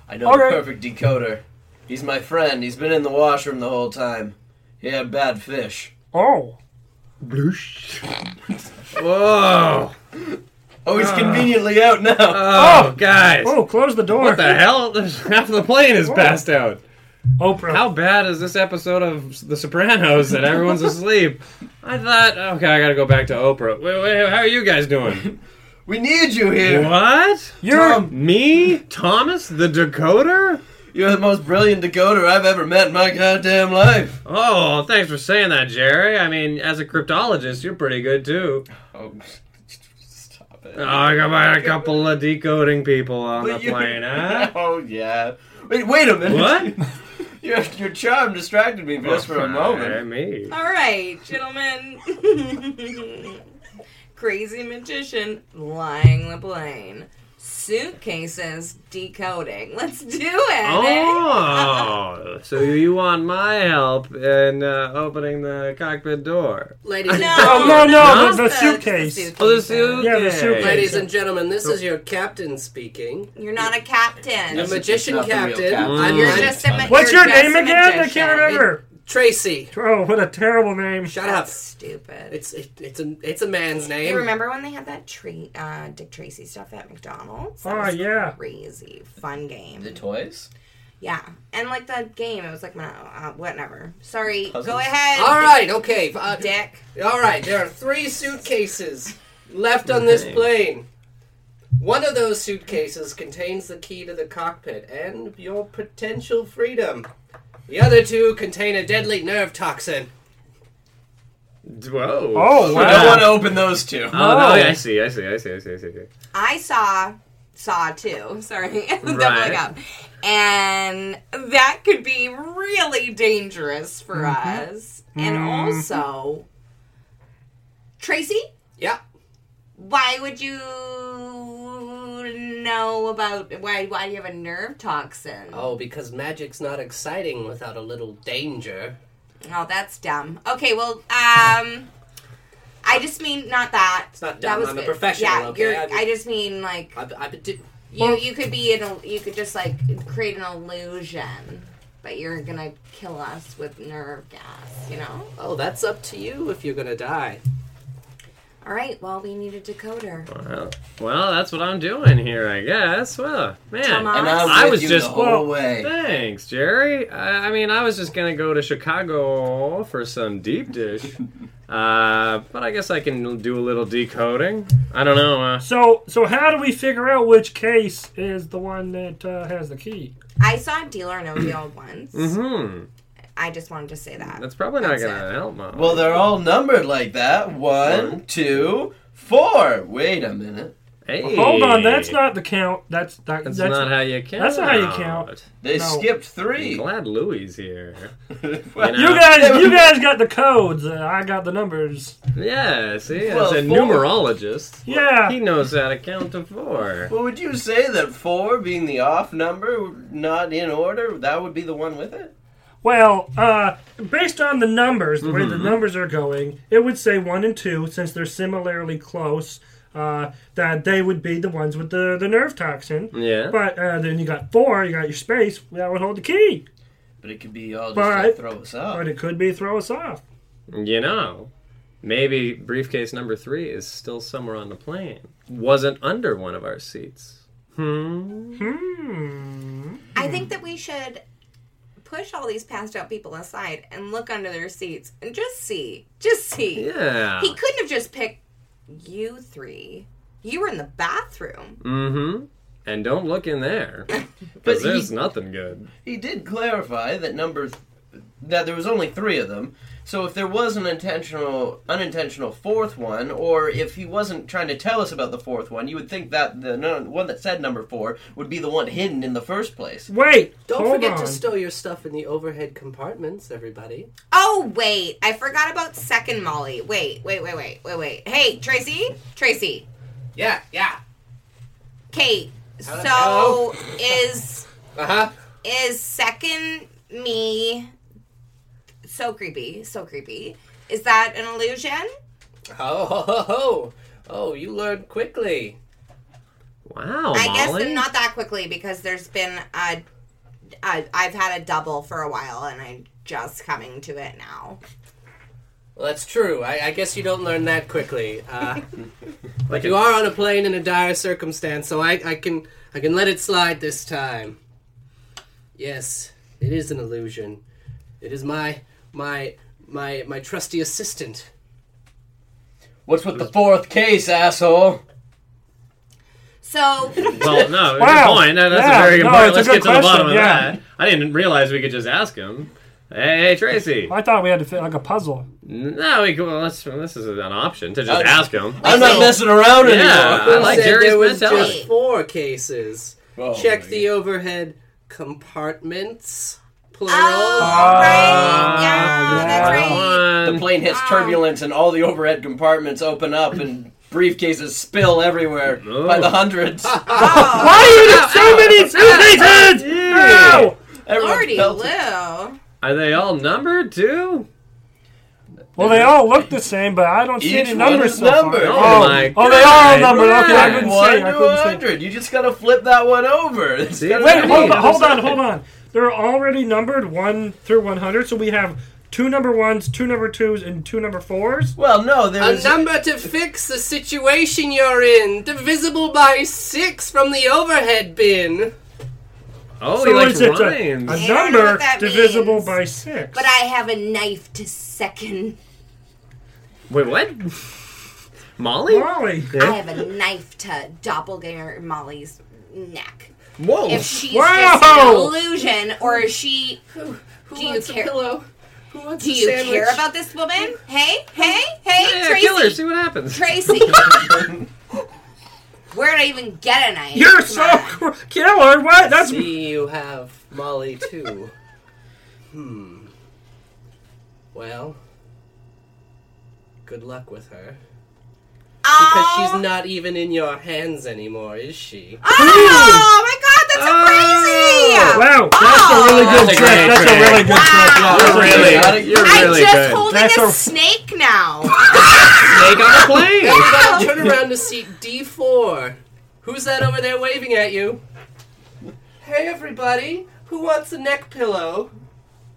[SPEAKER 4] I know
[SPEAKER 6] Alright.
[SPEAKER 4] the perfect decoder. He's my friend. He's been in the washroom the whole time. He had bad fish.
[SPEAKER 6] Oh.
[SPEAKER 3] Whoa!
[SPEAKER 4] Oh, he's conveniently out now.
[SPEAKER 3] Oh, guys!
[SPEAKER 6] Oh, close the door.
[SPEAKER 3] What
[SPEAKER 6] (laughs)
[SPEAKER 3] the hell? (laughs) Half of the plane is passed out.
[SPEAKER 6] Oprah.
[SPEAKER 3] How bad is this episode of The Sopranos that everyone's asleep? I thought, okay, I gotta go back to Oprah. Wait, wait, how are you guys
[SPEAKER 4] (laughs)
[SPEAKER 3] doing?
[SPEAKER 4] we need you here.
[SPEAKER 3] What?
[SPEAKER 6] You're
[SPEAKER 4] Tom,
[SPEAKER 3] Me? Thomas? The Decoder?
[SPEAKER 4] you're the most brilliant decoder I've ever met in my goddamn life.
[SPEAKER 3] Oh, thanks for saying that, Jerry. I mean, as a cryptologist, you're pretty good too.
[SPEAKER 4] Oh, (laughs) stop it.
[SPEAKER 3] Oh, I got my- a couple of decoding people on the
[SPEAKER 4] But you- (laughs)
[SPEAKER 3] plane, huh?
[SPEAKER 4] Oh yeah. Wait, wait a minute.
[SPEAKER 3] What?
[SPEAKER 4] (laughs) Your, your charm distracted me just for a
[SPEAKER 3] Alright,
[SPEAKER 4] moment.
[SPEAKER 3] Me.
[SPEAKER 5] All right, gentlemen. (laughs) Crazy magician flying the plane. Suitcases decoding. Let's do it.
[SPEAKER 3] Oh, so you want my help in uh, opening the cockpit door?
[SPEAKER 1] (laughs) Ladies and
[SPEAKER 5] No.
[SPEAKER 1] gentlemen.
[SPEAKER 6] Oh, no, no,
[SPEAKER 3] Huh?
[SPEAKER 6] the, the suitcase.
[SPEAKER 3] Oh, the suitcase.
[SPEAKER 6] Yeah, the suitcase.
[SPEAKER 1] Ladies and gentlemen, this is your captain speaking.
[SPEAKER 5] You're not a captain.
[SPEAKER 1] The
[SPEAKER 4] Yes, it's
[SPEAKER 1] magician
[SPEAKER 4] not the real
[SPEAKER 1] captain.
[SPEAKER 4] captain.
[SPEAKER 1] I'm
[SPEAKER 5] You're just a ma-
[SPEAKER 6] What's
[SPEAKER 5] you're
[SPEAKER 6] your
[SPEAKER 5] just
[SPEAKER 6] name
[SPEAKER 5] a
[SPEAKER 6] again? I
[SPEAKER 5] magician.
[SPEAKER 6] can't remember.
[SPEAKER 1] Tracy.
[SPEAKER 6] Oh, what a terrible name.
[SPEAKER 1] Shut up.
[SPEAKER 5] That's stupid.
[SPEAKER 1] It's it, it's a it's a man's
[SPEAKER 5] you
[SPEAKER 1] name.
[SPEAKER 5] remember when they had that tree, uh, Dick Tracy stuff at McDonald's? That
[SPEAKER 6] Oh,
[SPEAKER 5] was
[SPEAKER 6] yeah.
[SPEAKER 5] crazy fun game.
[SPEAKER 4] The toys?
[SPEAKER 5] Yeah, and like that game, it was like, uh, whatever. Sorry, go
[SPEAKER 4] Puzzles.
[SPEAKER 5] ahead.
[SPEAKER 1] All right, okay. uh,
[SPEAKER 5] Dick.
[SPEAKER 1] all right, there are three suitcases left on this plane. One of those suitcases contains the key to the cockpit and your potential freedom. The other two contain a deadly nerve toxin.
[SPEAKER 3] Whoa.
[SPEAKER 6] Oh,
[SPEAKER 4] I don't
[SPEAKER 6] wow.
[SPEAKER 4] want to open those two.
[SPEAKER 3] Oh, no, I see, I see, I see, I see, I see.
[SPEAKER 5] I saw Saw too. (laughs) Sorry, doubling
[SPEAKER 3] Right.
[SPEAKER 5] up, and that could be really dangerous for
[SPEAKER 1] Mm-hmm.
[SPEAKER 5] us. And also, Tracy,
[SPEAKER 1] Yeah.
[SPEAKER 5] why would you know about why? Why do you have a nerve toxin? Oh,
[SPEAKER 1] Oh, because magic's not exciting without a little danger.
[SPEAKER 5] Oh, that's dumb. Okay, well, um, I just mean not that. It's
[SPEAKER 1] not dumb, I'm a professional,
[SPEAKER 5] Yeah,
[SPEAKER 1] okay?
[SPEAKER 5] you're-
[SPEAKER 1] I
[SPEAKER 5] I,
[SPEAKER 1] just-
[SPEAKER 5] just, mean like
[SPEAKER 1] I, I did.
[SPEAKER 5] you. You could be in. A, you could just like create an illusion, but you're gonna kill us with nerve gas. You know.
[SPEAKER 1] Oh, that's up to you if you're gonna die.
[SPEAKER 5] All right. Well, we need a decoder.
[SPEAKER 3] Well, well, that's what I'm doing here, I guess. Well, man,
[SPEAKER 5] Tomas.
[SPEAKER 4] And I'm
[SPEAKER 3] I
[SPEAKER 4] with
[SPEAKER 3] was
[SPEAKER 4] you
[SPEAKER 3] just-
[SPEAKER 4] the whole
[SPEAKER 3] well,
[SPEAKER 4] way.
[SPEAKER 3] Thanks, Jerry. I, I mean, I was just gonna go to Chicago for some deep
[SPEAKER 5] (laughs)
[SPEAKER 3] dish, uh, but I guess I can do a little decoding. I don't know. Uh,
[SPEAKER 6] So, so how do we figure out which case is the one that uh, has the key?
[SPEAKER 5] I saw Dealer No
[SPEAKER 1] (clears throat)
[SPEAKER 5] Deal once.
[SPEAKER 1] Mm-hmm.
[SPEAKER 3] hmm,
[SPEAKER 5] I just wanted to say that.
[SPEAKER 3] that's probably not
[SPEAKER 5] That's
[SPEAKER 3] gonna
[SPEAKER 5] it.
[SPEAKER 3] help much.
[SPEAKER 4] Well, they're all numbered like that. One, two, four. Wait a minute.
[SPEAKER 3] hey,
[SPEAKER 6] Hold on, that's not the count. That's that,
[SPEAKER 3] That's,
[SPEAKER 6] that's,
[SPEAKER 3] not how you count.
[SPEAKER 6] that's not how you count.
[SPEAKER 4] They
[SPEAKER 6] No.
[SPEAKER 4] skipped
[SPEAKER 3] I'm
[SPEAKER 4] three. (laughs)
[SPEAKER 3] glad Louie's here.
[SPEAKER 4] Well,
[SPEAKER 3] You
[SPEAKER 6] You guys, you guys got the codes. Uh, I got the numbers.
[SPEAKER 3] Yeah, see,
[SPEAKER 4] Well,
[SPEAKER 3] as a
[SPEAKER 4] four.
[SPEAKER 3] numerologist,
[SPEAKER 6] Yeah.
[SPEAKER 3] he knows how to count to four.
[SPEAKER 4] Well, would you say that four being the off number, not in order, that would be the one with it?
[SPEAKER 6] Well, uh, based on the numbers, the way
[SPEAKER 3] Mm-hmm.
[SPEAKER 6] the numbers are going, it would say one and two, since they're similarly close, uh, that they would be the ones with the, the nerve toxin.
[SPEAKER 3] Yeah.
[SPEAKER 6] But uh, then you got four, you got your space, that would hold the key.
[SPEAKER 4] But it could be all just
[SPEAKER 6] But-
[SPEAKER 4] to throw us
[SPEAKER 6] But
[SPEAKER 4] off.
[SPEAKER 6] it could be throw us off.
[SPEAKER 3] You know, maybe briefcase number three is still somewhere on the plane. Wasn't under one of our seats. Hmm.
[SPEAKER 6] Hmm.
[SPEAKER 5] I think that we should push all these passed out people aside and look under their seats and just see. Just see.
[SPEAKER 3] Yeah.
[SPEAKER 5] He couldn't have just picked you three. You were in the bathroom.
[SPEAKER 3] Mm-hmm. And don't look in
[SPEAKER 5] (laughs)
[SPEAKER 3] there.
[SPEAKER 4] But
[SPEAKER 3] Because
[SPEAKER 4] he-
[SPEAKER 3] there's nothing good.
[SPEAKER 4] He did clarify that number, th- that there was only three of them. So if there was an intentional, unintentional fourth one, or if he wasn't trying to tell us about the fourth one, you would think that the no- one that said number four would be the one hidden in the first place.
[SPEAKER 6] Wait.
[SPEAKER 1] Don't
[SPEAKER 6] hold
[SPEAKER 1] forget
[SPEAKER 6] on.
[SPEAKER 1] to stow your stuff in the overhead compartments, everybody.
[SPEAKER 5] Oh wait, I forgot about second Molly. Wait, wait, wait, wait, wait, wait. Hey, Tracy, Tracy,
[SPEAKER 1] Yeah, yeah.
[SPEAKER 5] Kate.
[SPEAKER 1] Hello.
[SPEAKER 5] So is
[SPEAKER 1] Uh huh.
[SPEAKER 5] is second me so creepy? So creepy. Is that an illusion?
[SPEAKER 1] Oh ho ho ho! Oh, you learned quickly.
[SPEAKER 3] Wow,
[SPEAKER 5] I guess
[SPEAKER 3] Molly.
[SPEAKER 5] then not that quickly because there's been a, a I've had a double for a while and I'm just coming to it now.
[SPEAKER 1] Well, that's true. I, I guess you don't learn that quickly. Uh,
[SPEAKER 3] Like
[SPEAKER 1] you
[SPEAKER 3] a-
[SPEAKER 1] are on a plane in a dire circumstance, so I, I can I can let it slide this time. Yes, it is an illusion. It is my my my my trusty assistant.
[SPEAKER 4] What's with the fourth case, asshole?
[SPEAKER 5] So
[SPEAKER 3] Well,
[SPEAKER 6] (laughs)
[SPEAKER 3] no, good
[SPEAKER 6] Wow.
[SPEAKER 3] point. No, that's
[SPEAKER 6] Yeah,
[SPEAKER 3] a very good
[SPEAKER 6] no,
[SPEAKER 3] point.
[SPEAKER 6] it's a
[SPEAKER 3] Let's
[SPEAKER 6] good
[SPEAKER 3] get to the bottom
[SPEAKER 6] question,
[SPEAKER 3] of
[SPEAKER 6] yeah.
[SPEAKER 3] that. I didn't realize we could just ask him. Hey, hey Tracy.
[SPEAKER 6] I thought we had to fit like a puzzle.
[SPEAKER 3] No, we, could- well, let's, this is an option to just
[SPEAKER 4] Uh,
[SPEAKER 3] ask him.
[SPEAKER 4] I'm not messing around
[SPEAKER 3] Yeah.
[SPEAKER 4] anymore.
[SPEAKER 3] I
[SPEAKER 1] (laughs)
[SPEAKER 3] like
[SPEAKER 1] Said
[SPEAKER 3] Jerry's
[SPEAKER 1] there was
[SPEAKER 3] mentality.
[SPEAKER 1] just four cases.
[SPEAKER 4] Oh,
[SPEAKER 1] Check
[SPEAKER 4] my
[SPEAKER 1] the overhead compartments. Plural.
[SPEAKER 5] oh
[SPEAKER 1] Ah,
[SPEAKER 5] right, yeah,
[SPEAKER 6] yeah.
[SPEAKER 5] that's right.
[SPEAKER 4] The
[SPEAKER 3] One.
[SPEAKER 4] plane hits
[SPEAKER 1] Um.
[SPEAKER 4] turbulence and all the overhead compartments open up and briefcases spill everywhere by
[SPEAKER 1] (laughs)
[SPEAKER 4] the hundreds.
[SPEAKER 5] Oh,
[SPEAKER 6] Why are there so many suitcases?
[SPEAKER 3] Yeah.
[SPEAKER 6] No!
[SPEAKER 4] Everyone's
[SPEAKER 5] Lordy
[SPEAKER 4] belted.
[SPEAKER 5] Lou.
[SPEAKER 3] Are they all numbered too?
[SPEAKER 6] Well, they all look the same, but I don't see
[SPEAKER 4] Each
[SPEAKER 6] any
[SPEAKER 4] one
[SPEAKER 6] numbers.
[SPEAKER 4] is
[SPEAKER 6] so far.
[SPEAKER 4] numbered.
[SPEAKER 3] Oh my
[SPEAKER 6] oh, they are all
[SPEAKER 3] God.
[SPEAKER 6] numbered. Okay, I
[SPEAKER 3] Yeah.
[SPEAKER 6] couldn't
[SPEAKER 4] One
[SPEAKER 6] say. I
[SPEAKER 4] to a
[SPEAKER 6] couldn't say.
[SPEAKER 4] hundred. You just gotta flip that one over. (laughs) It's
[SPEAKER 3] See?
[SPEAKER 4] gotta
[SPEAKER 6] Wait,
[SPEAKER 4] be
[SPEAKER 6] hold
[SPEAKER 4] the
[SPEAKER 6] on,
[SPEAKER 4] other
[SPEAKER 6] hold on,
[SPEAKER 4] side.
[SPEAKER 6] hold on. They're already numbered one through one hundred, so we have two number ones, two number twos, and two number fours.
[SPEAKER 4] Well, no, there
[SPEAKER 1] A
[SPEAKER 4] was.
[SPEAKER 1] number to fix the situation you're in, divisible by six from the overhead bin.
[SPEAKER 3] Oh,
[SPEAKER 6] So
[SPEAKER 3] he likes
[SPEAKER 6] it's, it's a,
[SPEAKER 3] rhymes.
[SPEAKER 6] a
[SPEAKER 5] don't know
[SPEAKER 6] number
[SPEAKER 5] what that
[SPEAKER 6] divisible
[SPEAKER 5] means.
[SPEAKER 6] by six.
[SPEAKER 5] But I have a knife to second.
[SPEAKER 3] Wait, what? (laughs) Molly?
[SPEAKER 6] Molly,
[SPEAKER 5] I have a knife to doppelganger Molly's neck.
[SPEAKER 3] Whoa!
[SPEAKER 5] If she's just an
[SPEAKER 6] Wow.
[SPEAKER 5] illusion, or is she?
[SPEAKER 1] Who
[SPEAKER 5] Do you
[SPEAKER 1] wants
[SPEAKER 5] care-
[SPEAKER 1] a pillow? Who wants
[SPEAKER 5] Do
[SPEAKER 1] a
[SPEAKER 5] you
[SPEAKER 1] sandwich?
[SPEAKER 5] care about this woman? Hey, hey, hey,
[SPEAKER 3] yeah,
[SPEAKER 5] Tracy.
[SPEAKER 3] kill her, see what happens.
[SPEAKER 5] Tracy. Where did I even get a knife?
[SPEAKER 6] you're
[SPEAKER 5] Come
[SPEAKER 6] so
[SPEAKER 5] on.
[SPEAKER 6] cr- killer. What? That's
[SPEAKER 1] See, you have Molly too. hmm. Well, good luck with her. Because
[SPEAKER 5] Oh,
[SPEAKER 1] she's not even in your hands anymore, is she?
[SPEAKER 5] Oh my god, that's so crazy!
[SPEAKER 6] Wow, (laughs)
[SPEAKER 5] Ah!
[SPEAKER 6] that's a really
[SPEAKER 3] That's
[SPEAKER 6] good
[SPEAKER 3] a
[SPEAKER 6] trick.
[SPEAKER 3] great
[SPEAKER 6] That's a
[SPEAKER 3] trick.
[SPEAKER 6] really good trick.
[SPEAKER 5] Wow.
[SPEAKER 3] You're
[SPEAKER 4] Really?
[SPEAKER 3] really, you're
[SPEAKER 5] I'm
[SPEAKER 3] really
[SPEAKER 5] just
[SPEAKER 3] good.
[SPEAKER 5] holding
[SPEAKER 2] That's
[SPEAKER 5] a
[SPEAKER 2] a-
[SPEAKER 5] snake now.
[SPEAKER 3] Snake on a
[SPEAKER 5] (laughs)
[SPEAKER 3] plane.
[SPEAKER 1] Now turn around to seat D4. Who's that over there waving at you? Hey, everybody. Who wants a neck pillow?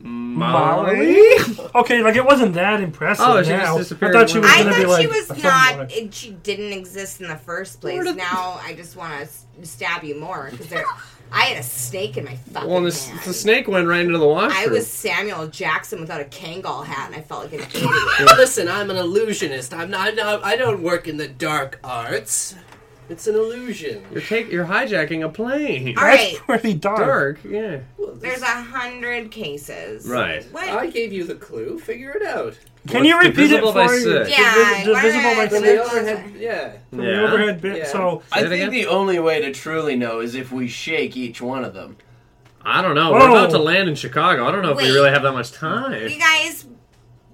[SPEAKER 6] Molly? Okay, like it wasn't that impressive.
[SPEAKER 3] Oh, she just
[SPEAKER 6] now.
[SPEAKER 3] disappeared
[SPEAKER 6] I thought she was
[SPEAKER 3] one
[SPEAKER 5] I
[SPEAKER 6] gonna be
[SPEAKER 5] thought
[SPEAKER 6] like.
[SPEAKER 5] she was
[SPEAKER 6] something
[SPEAKER 5] not.
[SPEAKER 6] like-
[SPEAKER 5] It, she didn't exist in the first place.
[SPEAKER 3] did-
[SPEAKER 5] Now I just want to stab you more because there. I had a snake in my fucking
[SPEAKER 3] Well, and the,
[SPEAKER 5] hand.
[SPEAKER 3] the snake went right into the
[SPEAKER 5] I
[SPEAKER 3] washroom.
[SPEAKER 5] was Samuel Jackson without a Kangol hat, and I felt like an idiot.
[SPEAKER 1] Listen, I'm an illusionist. I'm not, I'm not- I don't work in the dark arts. It's an illusion.
[SPEAKER 3] You're take, you're hijacking a plane.
[SPEAKER 5] All right,
[SPEAKER 6] (laughs)
[SPEAKER 2] pretty dark.
[SPEAKER 3] Dark, yeah.
[SPEAKER 5] there's a hundred cases.
[SPEAKER 3] Right.
[SPEAKER 5] What?
[SPEAKER 1] I gave you the clue. Figure it out.
[SPEAKER 6] Can you
[SPEAKER 3] What's
[SPEAKER 6] repeat it
[SPEAKER 3] divisible by
[SPEAKER 6] for you?
[SPEAKER 3] six?
[SPEAKER 5] Yeah, why
[SPEAKER 6] divisible
[SPEAKER 5] did I
[SPEAKER 6] by
[SPEAKER 5] do
[SPEAKER 1] From
[SPEAKER 6] six.
[SPEAKER 1] the
[SPEAKER 5] that?
[SPEAKER 1] overhead, yeah.
[SPEAKER 6] From
[SPEAKER 3] Yeah.
[SPEAKER 6] the overhead bit.
[SPEAKER 1] Yeah.
[SPEAKER 6] So
[SPEAKER 4] I
[SPEAKER 3] Say it
[SPEAKER 4] think
[SPEAKER 3] again?
[SPEAKER 4] the only way to truly know is if we shake each one of them.
[SPEAKER 3] I don't know.
[SPEAKER 6] Whoa.
[SPEAKER 3] We're about to land in Chicago. I don't know if
[SPEAKER 5] Wait.
[SPEAKER 3] we really have that much time.
[SPEAKER 5] You guys,